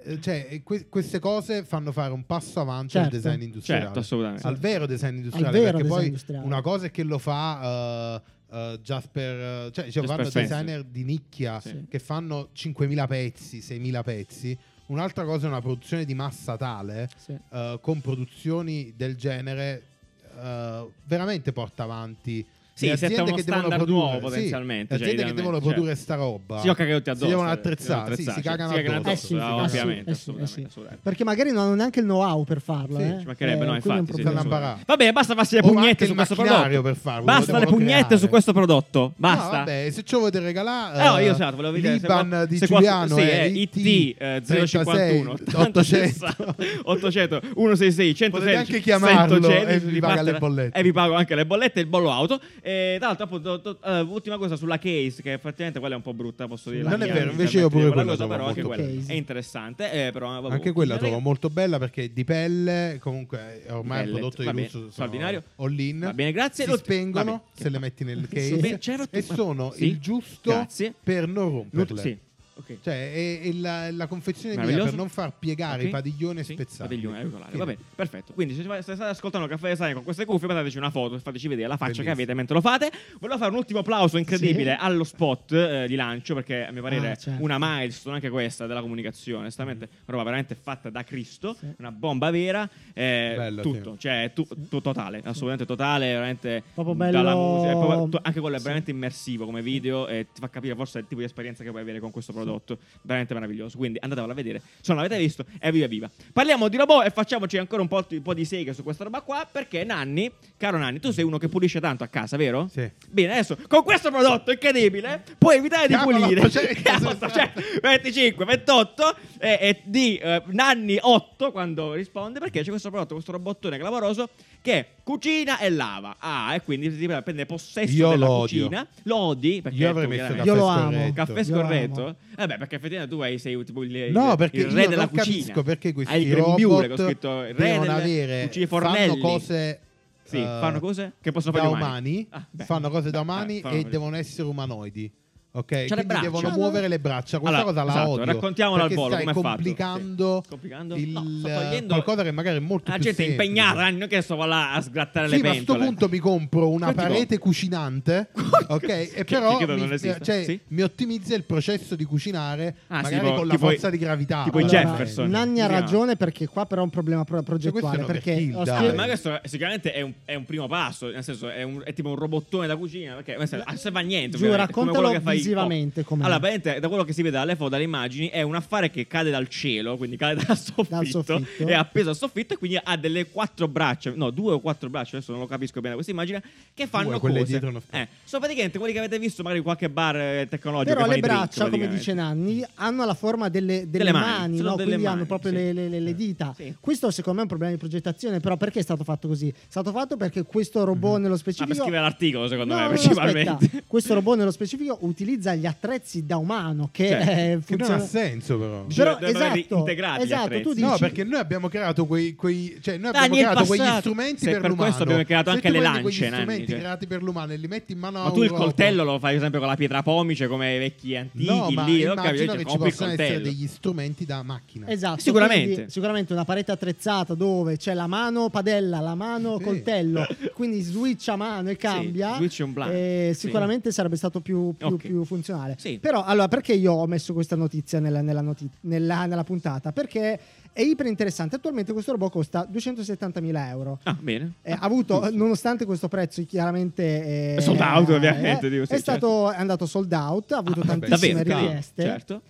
eh, cioè, que- queste cose fanno fare un passo avanti Certo. al design industriale. certo, assolutamente. al vero design industriale vero perché design poi industriale. una cosa è che lo fa eh, eh, Jasper eh, cioè, cioè Jasper vanno Spencer. designer di nicchia Sì. che fanno 5.000 pezzi 6.000 pezzi un'altra cosa è una produzione di massa tale Sì. eh, con produzioni del genere eh, veramente porta avanti Sì, le setta aziende uno che devono standard produrre nuovo, sì, potenzialmente, le cioè, aziende che idealmente, devono cioè. produrre sta roba Si giocano tutti addosso. si devono eh, attrezzare sì, si attrezzare, cagano si cagano addosso addosso, addosso, ah, eh sì, eh sì, ovviamente, eh sì, eh assolutamente, sì. assolutamente. Perché magari non hanno neanche il know-how per farlo. Sì, eh. Ci mancherebbe, Eh, no, quindi è un infatti. sì, sì, problema. sì. assolutamente. Vabbè, basta farsi le O anche pugnette il su questo macchinario prodotto. per farlo, lo basta le devono pugnette creare. su questo prodotto. No, Basta. vabbè, se ci volete regalare Eh, no, io esatto, volevo vedere se l'Iban qual- di se qual- Giuliano eh, sì, è è IT, eh, 051 800. 800 166 116 Potete anche chiamarlo 116, e vi paga basta- le bollette. e vi pago anche le bollette e il bollo auto e tra l'altro appunto to- eh, ultima cosa sulla case che effettivamente quella è un po' brutta posso dire la Non è mia, vero, mi invece permetto io di dire pure quella quella cosa, però trovo anche molto quella bella. è interessante eh, però vabbè, Anche quella bisogna- trovo molto bella perché è di pelle, comunque è ormai è un Pelle, prodotto va di bene, lusso sono straordinario. All in. Va bene, grazie. Si Lo- va spengono bene. se le metti nel Sì, beh, case c'era e tutto- sono Sì. il giusto Grazie. per non romperle. Nut- sì ok Cioè, è, è la, la confezione mia Meraviglioso. per non far piegare Ok. i padiglioni e Sì, spezzarli. padiglione, regolare. Sì. Va bene, perfetto. Quindi se se state ascoltando Caffè Design con queste cuffie, mandateci una foto e fateci vedere la faccia Bellissimo. che avete mentre lo fate. Volevo fare un ultimo applauso incredibile Sì. allo spot eh, di lancio, perché a mio parere Ah, certo. una milestone anche questa della comunicazione. Onestamente, Mm. una roba veramente fatta da Cristo, Sì. una bomba vera. eh, Bello, tutto, cioè tu- tu- totale, assolutamente totale, veramente Proprio dalla bello- musica. è proprio- tu- anche quello è Sì. veramente immersivo come video e ti fa capire forse il tipo di esperienza che puoi avere con questo prodotto. Veramente meraviglioso. Quindi andatevela a vedere. Se non l'avete visto, è viva viva. Parliamo di robot e facciamoci ancora un po', di- un po' di seghe su questa roba qua. Perché Nanni, caro Nanni, tu sei uno che pulisce tanto a casa, vero? Sì. Bene, adesso con questo prodotto incredibile puoi evitare di Chiamalo pulire. 800, Chiamalo 800, 25, 28 e, e di eh, Nanni 8 quando risponde perché c'è questo prodotto, questo robottone clamoroso che cucina e lava. Ah, e quindi si prende possesso Io della lo odio. cucina. Lo odi perché Io avrei tu messo chiaramente- caffè Io lo amo. scorretto. Caffè Io scorretto? amo. Eh beh, perché effettivamente tu hai, sei tipo eh, il, il- No, perché il re io della non cucina. capisco perché questi Hai il grembiule che ho robot scritto il re devono delle avere cucine fanno fornelli. cose Sì, eh, fanno cose che possono fare da gli umani. umani, Ah, beh. fanno cose da Beh, umani eh, fanno e cose- devono essere umanoidi. Ok, le quindi braccia. devono Ah, no. muovere le braccia. Questa Allora, cosa la esatto, odio. raccontiamola al perché volo, stai come è fatto, complicando, sì. Complicando? il, No, sto eh, togliendo- qualcosa che magari è molto La più gente è semplice. impegnata, non che sto là a sgrattare Sì, le ma a questo pentole. punto mi compro una Che ti parete cucinante, ok? che- E però che credo non mi, esista. cioè, Sì. mi ottimizza il processo di cucinare, Ah, sì, magari tipo- con la tipo- forza di gravità. tipo i Allora, eh, Jefferson. Nanni ha Sì, no. Cioè, ragione perché qua però è un problema pro- questo è progettuale un perché overkill, ho dai. Ah, Sì. ma questo è- sicuramente è un, è un primo passo, nel senso è, un- è tipo un robottone da cucina, perché nel senso, ah, non serve a niente. Giù, ovviamente, come raccontalo quello che fai visivamente come Allora, praticamente, da quello che si vede dalle foto, dalle immagini, è un affare che cade dal cielo, quindi cade dal soffitto, soffitto. è appeso al soffitto e quindi ha delle quattro braccia, no, due o quattro braccia, adesso non lo capisco bene questa immagine, che fanno Due, quelle cose. dietro non- Eh, sono praticamente quelli che avete visto magari in qualche bar eh, tecnologico. Però che le fanno i drink, braccia, come praticamente. dice Nanni, hanno la forma delle, delle Delle mani, mani, sono no? delle quindi mani, hanno proprio sì. le, le- le- le dita. Sì. Questo secondo me è un problema di progettazione, però perché è stato fatto così? È stato fatto perché questo robot Ma nello Mhm. Ah, per specifico... scrivere l'articolo, secondo No, me, no, no, principalmente. aspetta. Questo robot nello specifico utilizza gli attrezzi da umano che Certo. eh, Che non ha funzionano... senso però. Dici, Però dovrebbero averli esatto, Cioè, integrati gli esatto, attrezzi. tu dici No, perché noi abbiamo creato quei, quei- cioè, noi abbiamo Nanni, è creato quegli passato. strumenti Se per, per l'umano. questo abbiamo creato Se anche tu le prendi quegli lance, Nanni, strumenti cioè. creati per l'umano e li metti in mano a Ma un tu il robot- coltello lo fai sempre con la pietra pomice come i vecchi antichi No, ma lì, non immagino capito? che Cioè, ci compri il possano essere coltello. degli strumenti da macchina. Esatto, Eh, Sicuramente. quindi sicuramente una parete attrezzata dove c'è la mano padella, la mano Sì. coltello, quindi switch a mano e cambia. switch e un blank. Eh, Sì. sicuramente sarebbe stato più, più- Ok. più funzionale. Sì. Però allora perché io ho messo questa notizia nella, nella noti- nella- nella puntata? Perché è iper interessante. Attualmente questo robot costa 270.000 euro. Ah, bene. Eh, ha avuto, nonostante questo prezzo, chiaramente. eh, Sold out, eh, ovviamente, dico, sì, certo. Ah, è, stato, è andato sold out, ha avuto vabbè, tantissime davvero? richieste. Certo.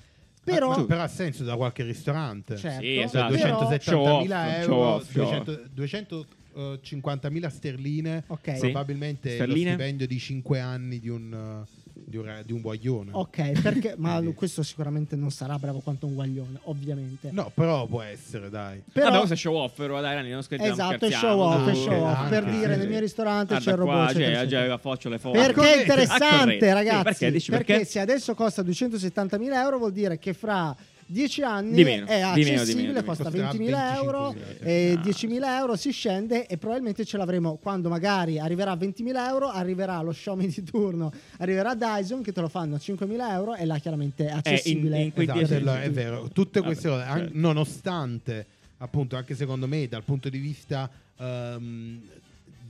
Però, Ma- Ah, però ha senso da qualche ristorante. Certo. Sì, Cioè, esatto. però- 270.000 Show euro, off, show off, 200 250.000 eh, sterline, Ok. Sì. probabilmente è lo Sterline. stipendio di 5 anni di un, eh, di un, ra- di un guaglione. Ok, perché, ma Quindi- questo sicuramente non sarà bravo quanto un guaglione, ovviamente. No, però può essere, dai. Però, Vabbè, questo è show off, però dai, Rani, non scherziamo. esatto, è scherziamo. show off, è Ah, show ok, off. anche, per sì, dire, sì. nel mio ristorante Guarda c'è il robot. qua, eccetera, cioè, già eccetera. aveva faccio le foto. Perché è corretto. Ah, interessante, corretto. Sì, ragazzi. perché? Dici perché? se adesso costa 270.000 euro, vuol dire che fra 10 anni Di meno, è di meno, di meno, accessibile, di meno. costa Costerà 20.000 euro, 25.000, sì. e Ah. 10.000 euro si scende e probabilmente ce l'avremo quando magari arriverà a 20.000 euro, arriverà lo Xiaomi di turno, arriverà Dyson che te lo fanno a 5.000 euro e là chiaramente è accessibile. Eh, in quei per Esatto, dieci- è, tutti. lo- è vero. Tutte queste Vabbè, cose, an- certo. nonostante, appunto, anche secondo me, dal punto di vista ehm,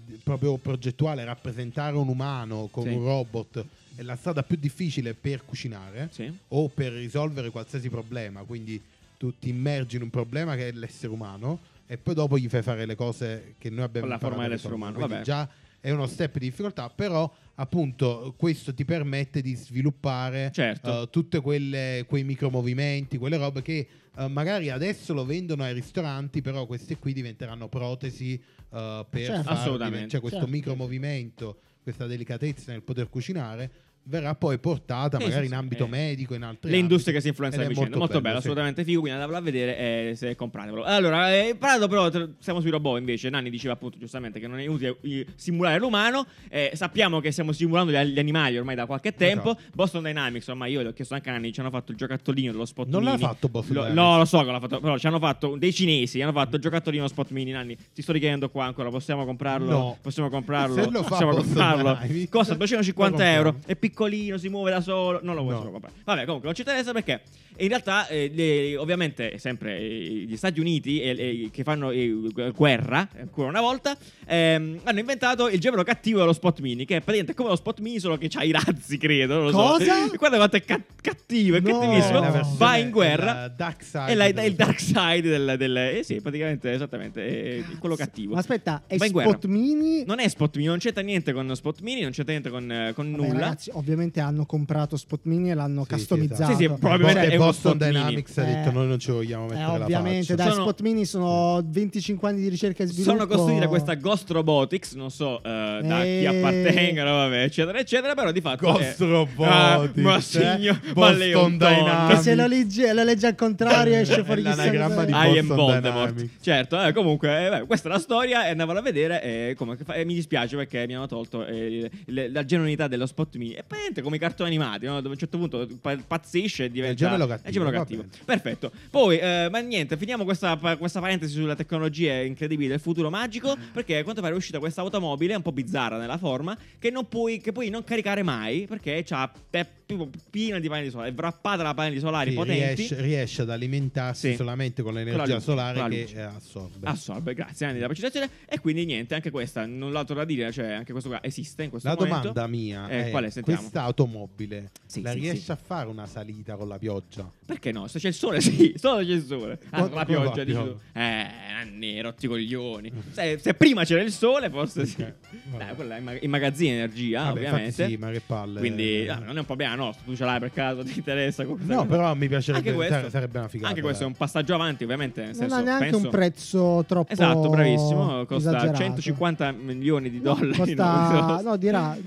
d- proprio progettuale, rappresentare un umano con Sì. un robot è la strada più difficile per cucinare Sì. o per risolvere qualsiasi problema. Quindi tu ti immergi in un problema che è l'essere umano e poi dopo gli fai fare le cose che noi abbiamo Con la imparato forma a dell'essere risolvere. umano, Quindi vabbè. già è uno step di difficoltà, però appunto questo ti permette di sviluppare Certo. eh, tutte quelle quei micromovimenti, quelle robe che eh, magari adesso lo vendono ai ristoranti, però queste qui diventeranno protesi eh, per Certo. far Assolutamente. divent- cioè questo Certo. micromovimento, questa delicatezza nel poter cucinare verrà poi portata Sì, magari sì, in sì. ambito Eh, medico, in altri Le ambiti. industrie che si influenzano a Ed è vicenda. Molto, bello, sì. assolutamente figo, quindi andatevelo a vedere eh, se compratevelo. Allora, eh, parlando però, tra- siamo sui robot invece, Nanni diceva appunto giustamente che non è inutile eh, simulare l'umano, eh, sappiamo che stiamo simulando gli, gli animali ormai da qualche tempo, Esatto. Boston Dynamics ormai io l'ho chiesto anche a Nanni, ci hanno fatto il giocattolino dello spot Non l'ha mini. fatto Boston Lo- Dynamics. No, lo so che l'ha fatto, però ci hanno fatto dei cinesi, hanno fatto il giocattolino spot mini, Nanni, ti sto richiedendo qua ancora, possiamo comprarlo? No. Possiamo comprarlo? Se lo fa possiamo Boston comprarlo? Dynamics, Costa lo 250 euro, compriamo. è piccolino, si muove da solo, non lo vuoi No. solo comprare. Vabbè, comunque non ci interessa perché in realtà eh, le- ovviamente sempre eh, gli Stati Uniti eh, eh, che fanno eh, guerra, ancora una volta, ehm, hanno inventato il gemelo cattivo dello spot mini, che è praticamente come lo spot mini solo che c'ha i razzi, credo, non lo Cosa? so. Guarda quanto è ca- cattivo, è No, cattivissimo, è la versione- va in guerra. è la dark side È la- dello il spot. dark side del, del- eh sì, praticamente, esattamente, è quello cattivo. Ma aspetta, è Va in spot guerra. mini? Non è spot mini, non c'entra niente con spot mini, non c'entra niente con, eh, con Vabbè, nulla. Ragazzi, ovviamente hanno comprato spot mini e l'hanno Sì, sì, customizzato. esatto. Sì, sì, probabilmente Poi è uno Boston spot mini. Dynamics ha detto Eh, noi non ci vogliamo mettere eh, la ovviamente, faccia. dai, Sono- spot mini sono 25 anni di ricerca e sviluppo. Sono costruiti da questa Ghost Robotics, non so eh, da Eh. chi appartengono, vabbè, eccetera, eccetera, però di fatto... Ghost eh, Robotics, ah, ma eh? signor, ma Boston lei è un donna. Dynamics. Che se lo legge, lo legge al contrario esce fuori È chissà l'anagramma cosa. di I am Boston Voldemort. Dynamics. Certo, eh, comunque, eh, beh, questa è la storia e andavano a vedere eh, come che fa- e mi dispiace perché mi hanno tolto eh, le- la genuinità dello spot mini. È praticamente come i cartoni animati, no? dove a un certo punto pa- pazzisce e diventa... Eh, gemelo cattivo, è gemelo va cattivo. bene. Perfetto. Poi, eh, ma niente, finiamo questa, pa- questa parentesi sulle tecnologie incredibili del futuro magico perché a quanto pare è uscita questa automobile un po' bizzarra nella forma che, non puoi, che puoi non caricare mai perché c'ha pe- tipo piena di pannelli solari, è wrappata da pannelli solari Sì, potenti. riesce, riesce ad alimentarsi Sì. solamente con l'energia Con la luce, solare con la che luce. eh, assorbe. Assorbe, grazie Anni della precisazione. E quindi niente, anche questa, non l'altro da dire, cioè anche questo qua esiste in questo la momento. domanda mia Eh, è, qual è? Sentiamo. questa automobile Sì, la sì, riesce sì. a fare una salita con la pioggia? Perché no? Se c'è il sole, sì, solo se c'è il sole. Ah, Quanto- la come pioggia, fa, dici piove? tu. Eh, anni, rotti i coglioni. Se, se prima c'era il sole, forse sì. Ok, vabbè. Dai, quella imma- immagazzina energia, Vabbè, ovviamente. infatti sì, ma che palle. Quindi ah, non è un problema nostro, tu ce l'hai per caso, ti interessa. questa No, cosa. però mi piacerebbe- Anche questo- sare- sarebbe una figata, Anche questo dai. è un passaggio avanti, ovviamente. Nel Non senso, ha neanche penso- un prezzo troppo Esatto, bravissimo. Costa esagerato. 150 milioni di No, dollari. non costa, so. no, dirà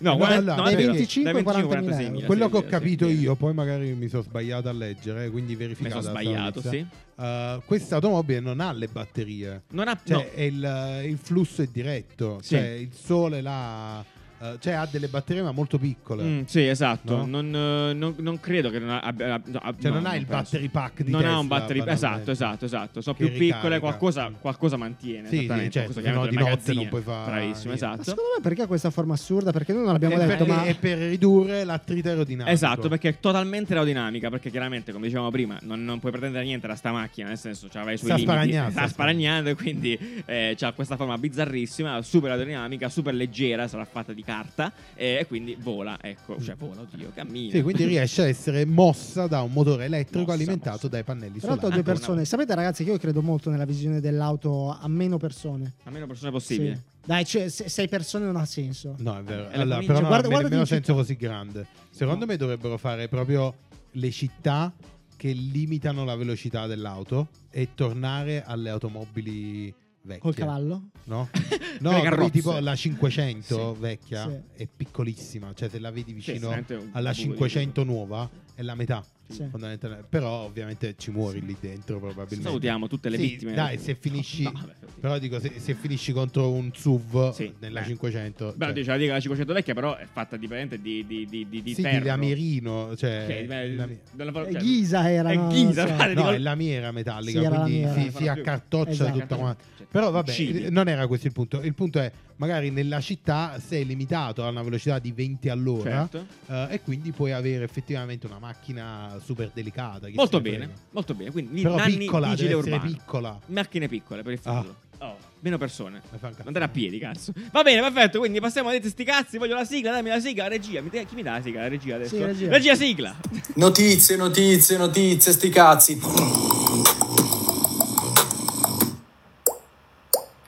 No, No, guarda- allora, no, dai è vero, 25 dai, 40.000 46.000, euro. Quello sì, che ho sì, capito sì. io, poi magari mi sono sbagliato a leggere, eh, quindi Mi verificate. sono la sbagliato, notizia. sì. Eh, questa automobile non ha le batterie. Non ha... Cioè, no. è il, il flusso è diretto. Sì. Cioè, il sole là. eh, cioè, ha delle batterie ma molto piccole. Mm, sì, esatto. eh, No? Non, eh, non- non credo che non ha- abbia. abbia- no, Cioè, non ha il penso. battery pack di Non ha Tesla, un battery pack. Esatto, banalmente. esatto, esatto. Sono Che più piccole, ricarica. qualcosa, qualcosa mantiene. Sì, sì, esattamente, certo, qualcosa se no chiamano di le notte magazzine. non puoi fare Bravissimo, niente. Ma esatto. secondo me perché questa forma assurda? Perché noi non l'abbiamo È detto, perché- ma è per ridurre l'attrito aerodinamico. Esatto, perché è totalmente aerodinamica. Perché chiaramente, come dicevamo prima, non, non puoi pretendere niente da sta macchina. Nel senso, cioè, vai sui Sta limiti, sparagnando, sta sta sparagnando. e Quindi eh, ha questa forma bizzarrissima, super aerodinamica, super leggera. Sarà fatta di carta eh, e quindi vola. Ecco, cioè vola, oddio, cammina. Mm. Sì, quindi riesce a essere mossa da un motore elettrico Mossa, alimentato mossa. dai pannelli Tra l'altro solari. due Ancora una persone. Sapete ragazzi che io credo molto nella visione dell'auto a meno persone. A meno persone possibile. Sì. Dai, cioè, se- sei persone non ha senso. No, è vero. Ah, È la Allora, provincia. però non Guarda- ha guardati nemmeno in città. senso così grande. Secondo me dovrebbero fare proprio le città che limitano la velocità dell'auto e tornare alle automobili vecchie. Col cavallo? No, le no carrozze. quindi tipo la 500 Sì, vecchia sì. è piccolissima, cioè se la vedi vicino sicuramente un alla buco di 500 nuova è la metà. Sì. fondamentalmente. Però ovviamente ci muori lì dentro probabilmente. Salutiamo tutte le Sì, vittime. Dai, se finisci... No, vabbè. Però dico, se, se finisci contro un SUV Sì, nella eh. 500... Beh, cioè- oddio, c'è la dica la 500 vecchia, però è fatta di veramente di, di, di, di, di sì, ferro. di lamerino, cioè... Cioè, di- Ah, lami- della- cioè, Eh, Ghisa era. è no? Ghisa, Non so. guarda, No, dico- è lamiera metallica, Sì, era quindi lamiera. si, si accartoccia Esatto. tutta quanta. Cioè, Però vabbè, uccidi. eh, non era questo il punto. Il punto è, magari nella città sei limitato a una velocità di 20 all'ora Certo. eh, e quindi puoi avere effettivamente una macchina super delicata. chi Molto se ne bene, frega. molto bene. Quindi Però Nanni piccola, vigile deve essere urbano. piccola. Macchine piccole per il Ah. futuro. Oh, meno persone. Mi fa un cazzo. Andare a piedi, cazzo. Va bene, perfetto. Quindi passiamo a detto sti cazzi. Voglio la sigla, dammi la sigla, la regia. Mi dai- chi mi dà la sigla? La regia adesso. Sì, regia. sigla. Notizie, notizie, notizie, sti cazzi.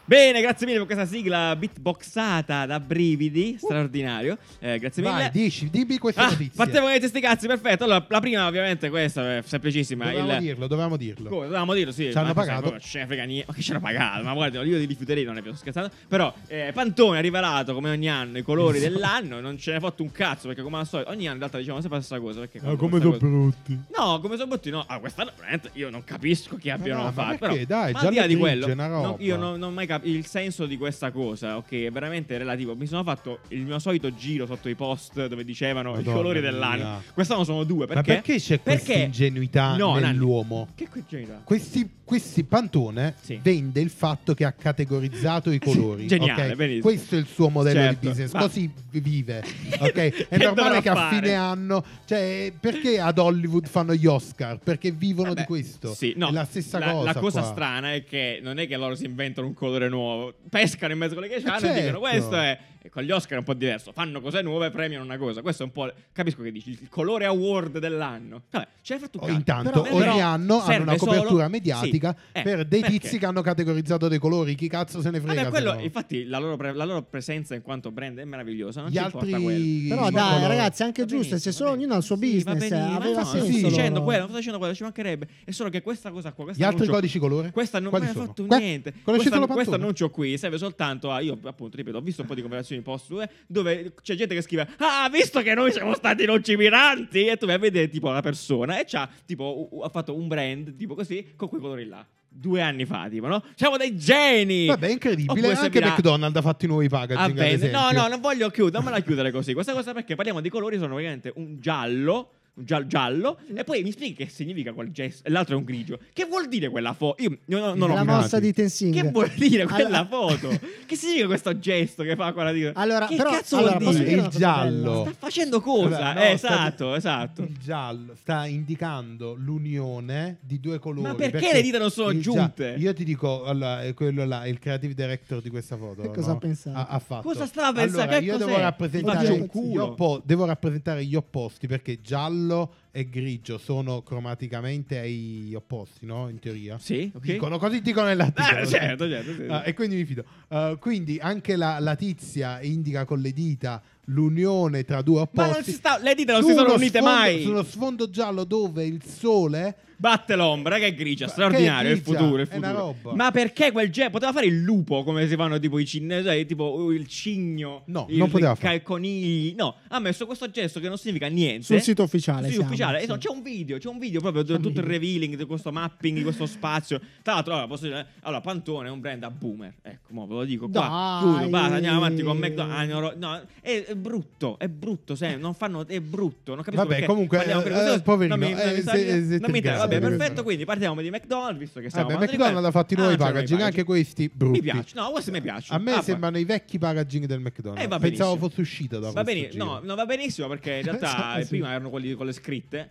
Bene, grazie mille per questa sigla beatboxata da brividi. Straordinario. Eh, grazie mille. Uh. Vai, dici, dimmi questa Ah, notizia. partiamo con i testi cazzi, perfetto. Allora, la prima, ovviamente, questa è semplicissima. Dovevamo il... dirlo, dovevamo dirlo. Ah, Come, Boh, dovevamo dirlo, sì. Esatto. Ci hanno ma cosa- pagato. proprio, Ce ne frega niente. Ma che ci hanno pagato? Ma guarda, io li rifiuterei, non ne sto scherzando. Però, eh, Pantone ha rivelato come ogni anno i colori Esatto. dell'anno. Non ce ne ha fatto un cazzo. Perché, come al solito, ogni anno in realtà diciamo sempre la stessa cosa. Perché Ah, comunque come sono questa cosa- brutti. No, come sono brutti, no. Ah, quest'anno, veramente, io non capisco chi abbiano Eh, no, ma fatto. perché? Però, Dai, ma già al di là le di grigie, quello, una no, roba. io non, non ho mai capito il senso di questa cosa. Ok, è veramente relativo. Mi sono fatto il mio solito giro sotto i post dove dicevano i Madonna colori mia. dell'anno. Quest'anno sono due. Perché? Ma perché c'è questa Perché- ingenuità No, Nanni. nell'uomo? Che ingenuità? Questi, questi Pantone Sì. vende il fatto che ha categorizzato i colori. Geniale, ok? benissimo. Questo è il suo modello Certo, di business. ma- Così vive. ok? Che È normale dovrà che a fare? fine anno. Cioè, perché ad Hollywood fanno gli Oscar? Perché vivono Vabbè, di questo. Eh Sì, no, è la stessa cosa. La cosa qua. strana è che non è che loro si inventano un colore nuovo, pescano in mezzo a quelle che Ma hanno e certo. dicono questo è. e Con gli Oscar è un po' diverso, fanno cose nuove e premiano una cosa. Questo è un po'. Capisco che dici, il colore award dell'anno. Vabbè, ce l'hai fatto un Oh, cazzo. intanto Però- ogni però anno hanno serve una solo- copertura mediatica Sì, eh, per dei perché? tizi che hanno categorizzato dei colori. Chi cazzo se ne frega? Vabbè, quello- se no? infatti, la loro, pre- la loro presenza in quanto brand è meravigliosa. Non Gli ci importa quello. altri. Però i dai, colori- ragazzi, anche Va giusto. Se benissimo, solo va ognuno ha il suo benissimo. Sì, va business, eh, benissimo. aveva No, senso. Non sto dicendo loro. quello, non sto dicendo quello, ci mancherebbe. È solo che questa cosa qua, Gli questa altri annuncio- codici colore? Questa non mi Quali ha sono? fatto Que- niente. Conoscete la Questa- Questo Pantone? annuncio qui serve soltanto a. Io, appunto, ripeto, ho visto un po' di conversazioni post due dove c'è gente che scrive: Ah, visto che noi siamo stati nociviranti! E tu vai a vedere tipo la persona e c'ha tipo u- u- ha fatto un brand tipo così con quei colori là. Due anni fa, tipo, no? Siamo dei geni! Vabbè, è incredibile. Oppure Anche servirà- McDonald's ha fatto i nuovi Ah, packaging. ad bene. No, esempio. no, non voglio chiudere, non me la chiudere così. Questa cosa perché parliamo di colori, sono praticamente un giallo. un gial- giallo, e poi mi spieghi che significa quel gesso, e l'altro è un grigio. Che vuol dire quella foto? Io no, no, non ho la nominati. mossa di Tenzing. Che vuol dire quella Allora- foto? Che significa questo gesto che fa quella di. Allora, che però, cazzo allora, vuol posso dire? dire Il una cosa bella? giallo. Sta facendo cosa? Vabbè, no, Eh, sta- esatto, esatto. Il giallo sta indicando l'unione di due colori. Ma perché le dita non sono il gia- giunte? Io ti dico, allora, è quello là, è il creative director di questa foto. Che cosa no? ha pensato? Ha, ha fatto. Cosa stava pensando? Allora, Che io cos'è? devo rappresentare, Faccio un gli culo. oppo- devo rappresentare gli opposti perché giallo e grigio sono cromaticamente ai opposti, no? In teoria. Sì, ok. Dicono così dicono nell'articolo. Ah, certo, certo, sì. Ah, e quindi mi fido. Eh, quindi anche la, la tizia indica con le dita l'unione tra due opposti. Ma non si sta- le dita non si Su sono uno unite sfondo- mai. Su uno sfondo giallo dove il sole Eh, Batte l'ombra, che è grigia, Ma straordinario. che il futuro, il grigia, è una futuro. roba. Ma perché quel geo? Poteva fare il lupo come si fanno tipo i cinesi, tipo uh, il cigno, No, il non poteva ca- fare. i conigli. No, ha messo questo gesto che non significa niente. Sul sito Sul ufficiale sito siamo, ufficiale. sì. Esatto, c'è un video, c'è un video proprio di tutto il revealing di questo mapping di questo spazio. Tra l'altro, allora, posso dire, allora, Pantone è un brand a boomer. Ecco, mo ve lo dico qua. Dai. Chiudo, basta, andiamo avanti con McDonald's. Ah, no, no, è, è brutto, è brutto, se- non fanno è brutto, non capisco Vabbè, perché comunque, parliamo eh, per eh, queste cose. poverino, Non mi- non eh, mi sta- se- se- non mi interessa. se- Vabbè, se- perfetto, quindi parliamo di McDonald's, visto che stiamo Vabbè, parlando di McDonald's ha fatto i nuovi Ah, c'erano i packaging, anche questi Mi brutti. piace, no, questi mi piacciono. A me Ah, va- sembrano i vecchi packaging del Eh, McDonald's. va Pensavo benissimo. fosse uscito da Va questo bene, giro. no, no, va benissimo perché in realtà Sì, eh, sì. prima erano quelli con le scritte,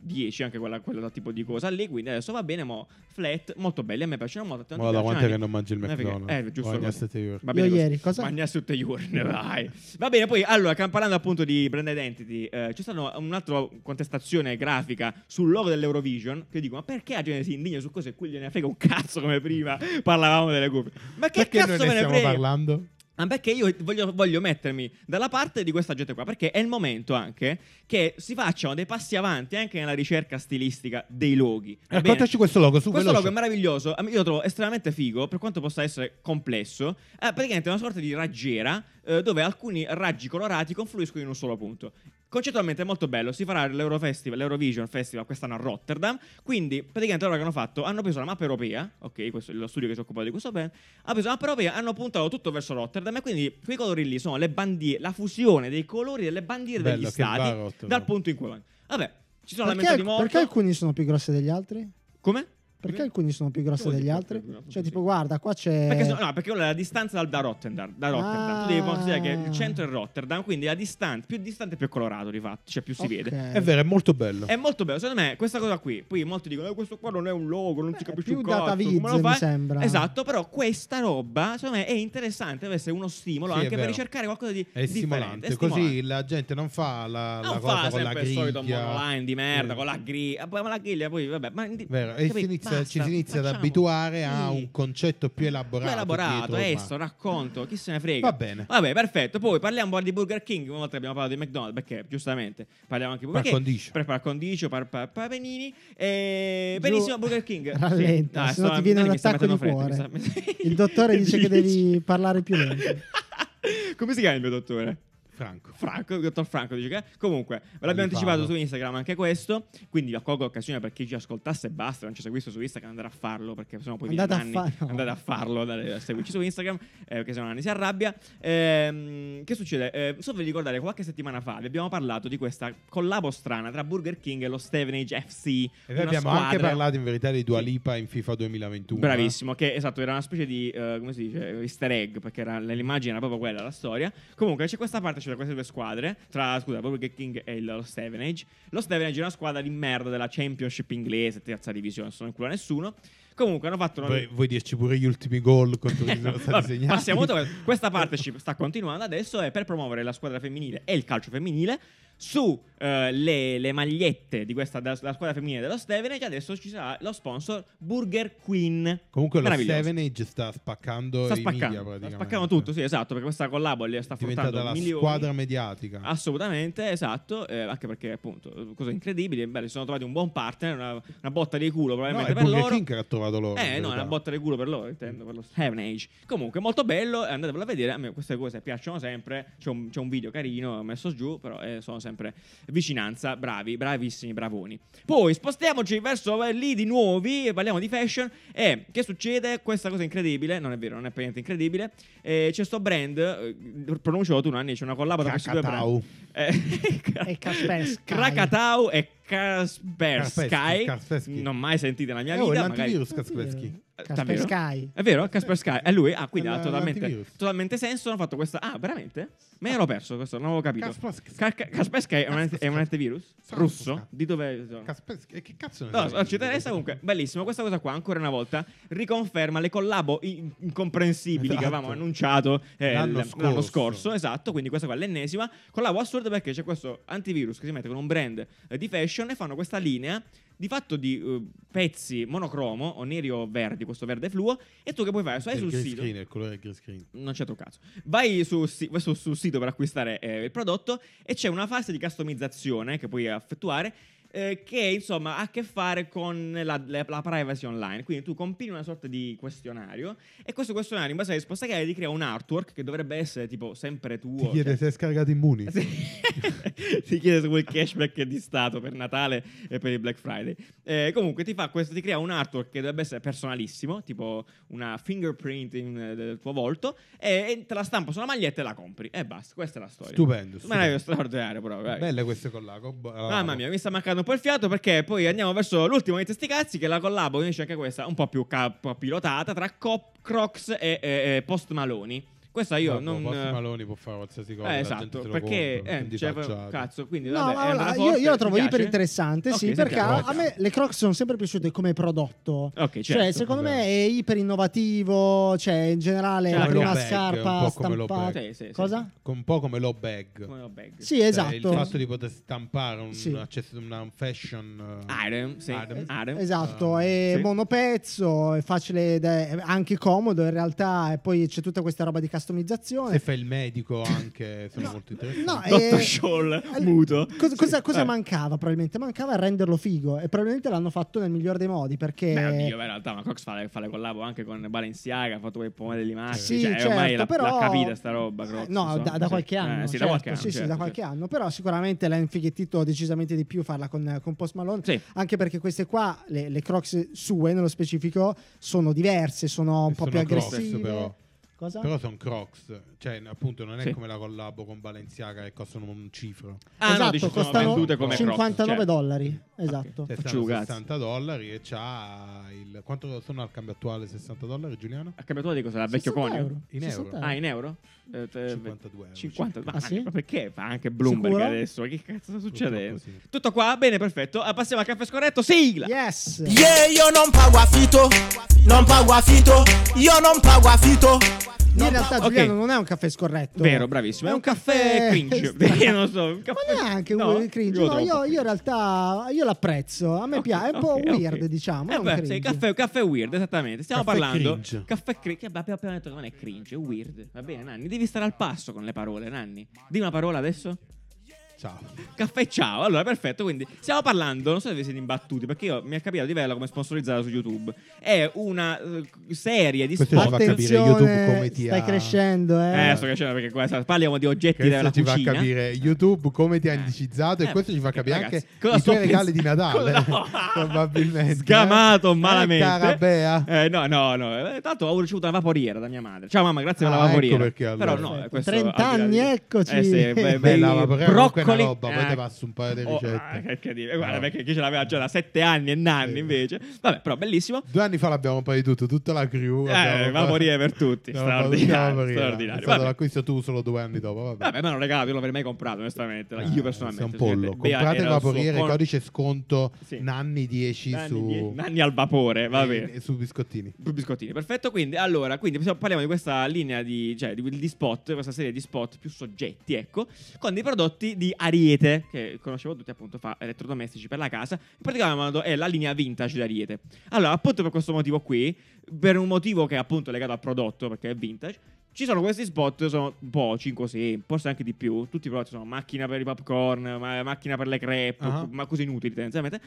2010 anche quella, quella tipo di cosa lì, quindi adesso va bene, mo flat, molto belli, a me piacciono molto. tanto Ma da piacciono quanto è anche- che non mangi il Eh, perché- McDonald's? Eh, giusto. Ogni così. sette giorni. Va Io bene così. ieri, cosa- Magna tutte giorni, vai. Va bene, poi allora, cam- parlando appunto di brand identity, eh, c'è stata un'altra contestazione grafica sul logo dell'Eurovision, che dico, ma perché la gente si indigna su cose e qui gliene frega un cazzo come prima parlavamo delle cuffie? Ma che Perché cazzo noi me ne ne stiamo frega? parlando? Ah, perché io voglio, voglio mettermi dalla parte di questa gente qua, perché è il momento anche che si facciano dei passi avanti anche nella ricerca stilistica dei loghi. Va bene? Eh, Raccontaci questo logo, su Questo veloce. logo è meraviglioso, a me- io lo trovo estremamente figo, per quanto possa essere complesso. È praticamente è una sorta di raggiera eh, dove alcuni raggi colorati confluiscono in un solo punto. Concettualmente è molto bello, si farà l'Eurofestival, l'Eurovision Festival quest'anno a Rotterdam, quindi praticamente loro che hanno fatto, hanno preso la mappa europea, ok, questo è lo studio che si occupa di questo band, ha preso la mappa europea, hanno puntato tutto verso Rotterdam e quindi quei colori lì sono le bandiere, la fusione dei colori delle bandiere Bello, degli che va a stati Rotterdam. dal punto in cui vanno. Vabbè, ci sono Perché, lamentato di morto. perché alcuni sono più grossi degli altri? Come? Perché alcuni sono più grossi Come degli dico, altri? per- sì. Cioè, tipo, guarda, qua c'è. Perché sono- no, perché quella è la distanza dal- da Rotterdam. Da Rotterdam. Eh. Ah. Tu devi considerare che il centro è Rotterdam, quindi la distanza, più distante più è colorato di fatto, cioè più si Ok. vede. È vero, è molto bello. È molto bello, secondo me questa cosa qui, poi molti dicono "Eh, questo qua non è un logo, non si Beh, capisce più un cazzo, data come lo viz, fai?" mi sembra. Esatto, però questa roba secondo me è interessante, deve essere uno stimolo Sì, è anche per vero. ricercare qualcosa di È differente, stimolante. è Così la gente non fa la, la cosa non fa con la sempre il griglia. solito monoline di merda Sì. con la griglia, ma la griglia poi vabbè, ma Vero, E si inizia- ci si inizia ad abituare a un concetto più elaborato. Poi elaborato, dietro, ma- adesso racconto, chi se ne frega. Va bene. Vabbè, perfetto. Poi parliamo un po' di Burger King, una volta che abbiamo parlato di McDonald's, perché giustamente parliamo anche di Burger Par King. condicio. Per par condicio, par, par, par panini. E... Giù. Benissimo Burger King. Sì. Rallenta, Dai, se no sto- ti viene un mi sta attacco di mettendo cuore. freddo, mi sta- Il dottore dice che devi parlare più lento. Come si chiama il mio dottore? Franco. Franco, il dottor Franco dice che comunque ve l'abbiamo anticipato su Instagram anche questo, quindi vi colgo l'occasione per chi ci ascoltasse e basta, non ci seguisse su Instagram andare a farlo perché sennò poi vi Andate a Nanni, fa- no. andate a farlo, andate a seguirci su Instagram eh, perché sennò Nanni si arrabbia. Ehm, che succede? Eh, so vi ricordare qualche settimana fa vi abbiamo parlato di questa collabo strana tra Burger King e lo Stevenage FC. E noi una abbiamo anche squadra- parlato in verità di Dua Sì. Lipa in FIFA eh. 2021. Bravissimo, che esatto, era una specie di eh, come si dice easter egg, perché era- l'immagine era proprio quella, la storia. Comunque, c'è questa parte, c'è queste due squadre. Tra scusa, Burger King e il- lo Stevenage. Lo Stevenage è una squadra di merda della Championship inglese, terza divisione, non include nessuno. Comunque, hanno fatto. Eh, Poi vuoi dirci pure gli ultimi gol contro chi sono stati Vabbè, segnati? passiamo oltre. Questa partnership sta continuando adesso e per promuovere la squadra femminile e il calcio femminile su eh, le, le magliette di questa della, della squadra femminile dello Stevenage adesso ci sarà lo sponsor Burger Queen. Comunque lo Meraviglioso. Stevenage sta spaccando Sta i media spaccando, sta praticamente. spaccando tutto, sì, esatto, perché questa collabo le sta È diventata portando la milioni. squadra mediatica. Assolutamente, esatto, eh, anche perché appunto, cose incredibili, beh, si sono trovati un buon partner, una, una botta di culo No, probabilmente è per Burger loro. King che ha trovato loro. Eh in no, è verità. una botta di culo per loro, intendo, per lo Heaven Age. Comunque, molto bello, eh, andatevelo a vedere, a me queste cose piacciono sempre, c'è un, c'è un video carino messo giù, però eh, sono sempre vicinanza, bravi, bravissimi, bravoni. Poi spostiamoci verso eh, lì di nuovi, e parliamo di fashion e che succede? Questa cosa incredibile, non è vero, non è per niente incredibile, eh, c'è sto brand, eh, pronuncialo tu Nanni, c'è una collabo tra questi due brand. Cacatau. Eh, E Kaspersky. Krakatau e Kaspersky, Kaspersky. Kaspersky. Non mai sentite nella mia Eh, oh, è vita, magari l'antivirus Kaspersky. Eh, Casper davvero? Sky. È vero, Casper Sky. È lui? Ah, quindi È ha la- totalmente, l'antivirus. totalmente senso. Hanno fatto questa. Ah, veramente? Me l'ero perso questo, non avevo capito. Kaspersky. Ca- ca- Kaspersky è un, Kaspersky. è un antivirus Kaspersky. russo? Di dove? sono? Eh. Kaspersky. E che cazzo ne No, sai? no, ci interessa comunque. Bellissimo, questa cosa qua, ancora una volta, riconferma le collabo in- incomprensibili che Esatto. avevamo annunciato eh, l- L'anno l'anno, scorso. scorso. Esatto, quindi questa qua è l'ennesima. Collabo assurda sbagliato perché c'è questo antivirus che si mette con un brand eh, di fashion e fanno questa linea di fatto di eh, pezzi monocromo o neri o verdi, questo verde fluo, e tu che puoi fare? Vai il sul green sito. screen, il colore del green screen. Non c'è cazzo. Vai su si- vai su- sul sito per acquistare eh, il prodotto e c'è una fase di customizzazione che puoi effettuare. eh, che insomma ha a che fare con la, la- la privacy online. Quindi tu compili una sorta di questionario e questo questionario, in base alle risposte che hai, ti crea un artwork che dovrebbe essere tipo sempre tuo. Ti chiede cioè- se hai scaricato Immuni. sì. ti chiede se vuoi il cashback di Stato per Natale e per il Black Friday. Eh, comunque ti, fa questo, ti crea un artwork che dovrebbe essere personalissimo, tipo una fingerprint in- eh, del tuo volto, e, e te la stampa sulla maglietta e la compri. E basta, questa è la storia. Stupendo. stupendo. Meraviglio straordinario, però. dai. Belle queste con la cob- alla- Mamma mia, mi sta mancando un po' il fiato perché poi andiamo verso l'ultimo di testi cazzi che è la collabo, invece anche questa, un po' più cap- pilotata tra Cop- Crocs e, e- e Post Maloni. Questa io Dopo, non... Post Malone può fare qualsiasi cosa. Eh, la esatto, gente se lo perché compra, eh, quindi cioè, facciate. cazzo, quindi No, vabbè, ma è allora, una io, forte, io la trovo ti piace? iper interessante, sì, Ok, perché sentiamo. a, a me le Crocs sono sempre piaciute come prodotto. Ok, certo. cioè, secondo vabbè. me è iper innovativo, cioè in generale Cioè, la come prima lo bag, un scarpa po' come lo stampata. bag. Sì, sì, sì. Cosa? Con- Un po' come lo bag. Come lo bag. Sì, Cioè, esatto. il fatto di poter stampare un, Sì. access- una un fashion eh, Item, sì. item. Item. Esatto, Ah, è sì. monopezzo, è facile, da- è anche comodo in realtà, e poi c'è tutta questa roba di se customizzazione. fai il medico anche sono No, molto interessanti no, Dottor eh, Scholl, al- muto. Cosa, cosa- cosa Eh. mancava probabilmente? Mancava renderlo figo e probabilmente l'hanno fatto nel miglior dei modi perché... Beh, oddio, beh, in realtà, ma Cox fa le, fa le collabo anche con Balenciaga, ha fatto quel pomodoro di Massi, Sì, cioè, certo, ormai l'ha, però... l'ha capita sta roba, Cox, Eh, No, insomma, da, da sì. qualche anno. Eh, sì, da certo, qualche anno, sì, sì, certo, da qualche anno. Però sicuramente l'ha infighettito decisamente di più farla con, con Post Malone. Sì. Anche perché queste qua, le, le Crocs sue nello specifico, sono diverse, sono un E po' sono più Crocs, aggressive. però. Cosa? però sono crocs cioè appunto non è Sì. come la collabo con Balenciaga che costano un cifro Ah, esatto, no, dici, sono costano vendute come Crocs, 59 certo. dollari. Esatto. cioè, Faccio stanno cazzo. 60 dollari e c'ha il quanto sono al cambio attuale 60 dollari Giuliano? Ha cambiato di cosa? La vecchio 60 conio? euro. In euro. 60 Ah, in euro? Eh, te- 52 euro. 50, ma Ah, sì? ma perché fa anche Bloomberg Sicuro? adesso? Che cazzo sta succedendo? Purtroppo sì. Tutto qua? Bene, perfetto. Ah, Passiamo al caffè scorretto, sigla! Yes. Yeah, io non pago affitto, non pago affitto, io non pago affitto. In realtà ok. Giuliano non è un caffè scorretto. Vero, bravissimo. È un caffè cringe. Io non so, un caffè- Ma neanche No, un cringe. io lo No, trovo io, un po' io in realtà io l'apprezzo. A me Ok, piace. È un po' ok, ok. weird, diciamo. Eh non beh, cringe. sì, caffè, caffè weird, esattamente. Stiamo Caffè parlando. cringe. Caffè cringe. Abbiamo appena detto che non è cringe, è weird. Va bene, Nanni, devi stare al passo con le parole, Nanni. Di una parola adesso. ciao Caffè ciao. Allora, perfetto. Quindi stiamo parlando. Non so se vi siete imbattuti, perché io mi è capitato di vederla come sponsorizzata su YouTube. È una eh, serie di Questo spot. ci fa capire YouTube come ti stai ha- crescendo, eh. Eh, sto crescendo perché qua sa- parliamo di oggetti della questo ci cucina. fa capire YouTube come ti ha indicizzato Eh, e questo ci fa perché, capire ragazzi, anche cosa i sto tuoi regali di pensando? Natale No. probabilmente Sgamato eh. malamente. Eh, carabea Eh, no, no, no. Eh, Tanto ho ricevuto una vaporiera da mia madre. Ciao mamma, grazie per Ah, la ecco vaporiera. perché allora. Però no, Perfetto. questo 30 al di là di- anni, eccoci. Eh, sì, be- Beh, bei la vaporiera comunque è una broccoli. roba, poi te passo un paio di oh, ricette. ah, che incredibile. Guarda, No. perché chi ce l'aveva già da 7 anni e nanni Sì. invece. Vabbè, però bellissimo. Due anni fa l'abbiamo poi di tutto, tutta la crew. Eh, abbiamo- vaporie per tutti, abbiamo fatto straordinario, tutta la vaporie. straordinario. È stato Vabbè. l'acquisto tu solo due anni dopo. Vabbè. Vabbè, me l'hanno regalato, io non l'avrei mai comprato, onestamente. Eh, io personalmente. sei un pollo. sinceramente, Bea Comprate era il suo vaporiere, con- codice sconto Sì. Nanni 10 nanni, su die- nanni al vapore, va bene. eh, su biscottini. Due biscottini, perfetto. Quindi, allora, quindi possiamo- parliamo di questa linea di, cioè, di, di spot, questa serie di spot più soggetti, ecco, con dei prodotti di Ariete, che conoscevo tutti, appunto, fa elettrodomestici per la casa. In particolare modo è la linea vintage di Ariete. Allora, appunto per questo motivo qui, per un motivo che è appunto legato al prodotto, perché è vintage, ci sono questi spot, sono un po' 5 6, forse anche di più. Tutti i prodotti sono macchina per i popcorn, ma- macchina per le crepe, Ah. ma cose inutili tendenzialmente.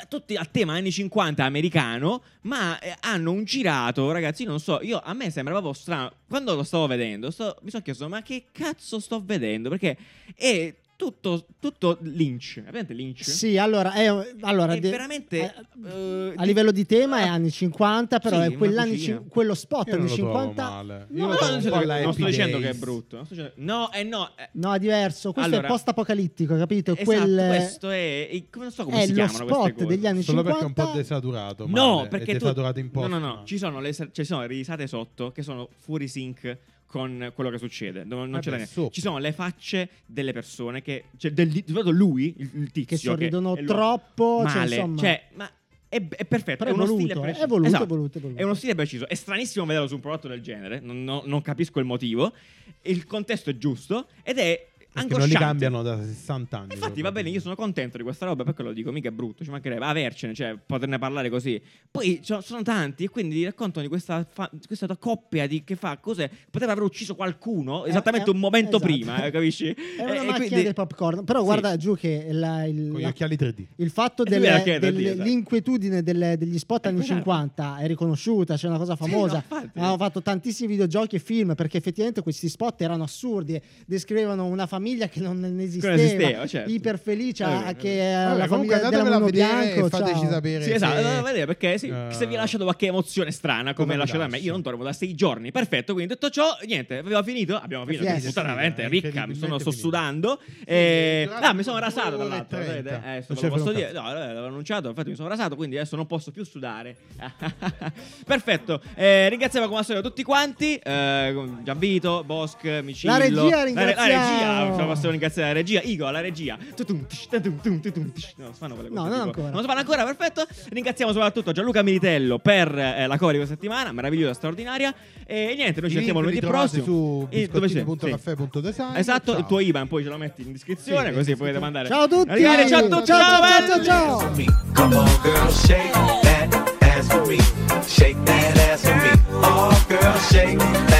Eh, Tutti al tema anni 50 americano, ma eh, hanno un girato, ragazzi. io Non so, io a me sembrava proprio strano. Quando lo stavo vedendo, sto- mi sono chiesto: ma che cazzo sto vedendo? Perché è tutto, tutto Lynch. È Veramente Lynch? Sì, allora, è, allora, È de- veramente, a- eh, a livello di tema è ah, anni 50, però sì, è una quell'anni cucina. cin- quello spot Io non anni lo trovo 50. male. No, Io lo No, trovo non, un sto po' alla dicendo- non sto Happy dicendo che è Days. brutto. non sto dicendo- no, eh no. eh, No, è diverso. Questo Allora- è post-apocalittico, capito? esatto, Quel- questo è. e come- non so come è si lo chiamano queste spot cose. degli anni Solo 50. perché è un po' desaturato. No, male. perché è tu- desaturato in posto. No, no, no, ci sono le, ci sono le risate sotto che sono fuori sync con quello che succede. No- Non, Vabbè, c'è da niente. sopra. Ci sono le facce delle persone che cioè del, soprattutto lui, il, il tizio Che sorridono è lo- troppo, cioè, male, insomma. Cioè, ma è, è perfetto, Però è è uno voluto, stile eh, preciso. è voluto, Esatto. è voluto, è voluto. uno stile preciso. È stranissimo vederlo su un prodotto del genere, non, no- non capisco il motivo. Il contesto è giusto ed è Perché non angosciante. li cambiano da 60 anni. Infatti, va bene, io sono contento di questa roba, perché lo dico, mica è brutto, ci mancherebbe avercene, cioè poterne parlare così. Poi ci sono tanti, e quindi raccontano di questa, fa- questa coppia di che fa cose. Poteva aver ucciso qualcuno Eh, esattamente eh, un momento esatto. prima, eh, capisci? È una E- e macchina quindi- del popcorn. Però Sì. guarda giù che la- il, Con gli la- occhiali 3D. il fatto E lui delle- la chiede, delle- Dio, esatto. dell'inquietudine delle- degli spot Eh, anni quella- 50 è riconosciuta, c'è una cosa Sì, no, famosa. infatti. Hanno fatto tantissimi videogiochi e film perché effettivamente questi spot erano assurdi, descrivevano una famiglia che non ne esisteva, esisteva, certo. iperfelice, Va bene, a- che Vabbè, era la comunque famiglia della andatevela a Mondo vedere Bianco. e fateci ciao. sapere. Sì, esatto, se- andate a vedere perché sì, eh, se vi ha lasciato qualche emozione strana cosa come vi ha lasciato a me. lascia? Io non dormo da sei giorni, perfetto. Quindi detto ciò, niente, abbiamo finito. Abbiamo finito. Yes. Quindi, puttana, Sì, veramente è ricca, mi sono incredibilmente sto finita. sudando. Eh, sì, ah, mi sono rasato tra due ore e l'altro. trenta. vedete? Eh, Non ve ce lo ne frega posso un dire. No, eh, l'avevo annunciato, infatti mi sono rasato, quindi adesso non posso più sudare. perfetto. Eh, ringraziamo come al solito tutti quanti. Eh, Gianvito, Bosch, Micillo. La regia la- La, ringraziamo. regia, possiamo ringraziare la regia. Igor, la regia. Tutum, tsh, tutum, tutum, tutum, tsh. No, non si fanno quelle No, cose non tipo- ancora. Non si fanno ancora, perfetto. Ringraziamo soprattutto Gianluca Militello per eh, la cover di questa settimana, meravigliosa, straordinaria. E niente, noi ci I link sentiamo li lunedì trovate prossimo. su E dove sei? Sì. biscottini.caffè.design. Esatto, Ciao. il tuo IBAN poi ce lo metti in descrizione, Sì, così sì, potete sì. mandare. Ciao a tutti! Arrivederci a tutti, ciao, ciao, ciao, belli! ciao, ciao. for me. Come on, girl, shake that ass for me. Shake that ass for me. Oh, girl, shake that.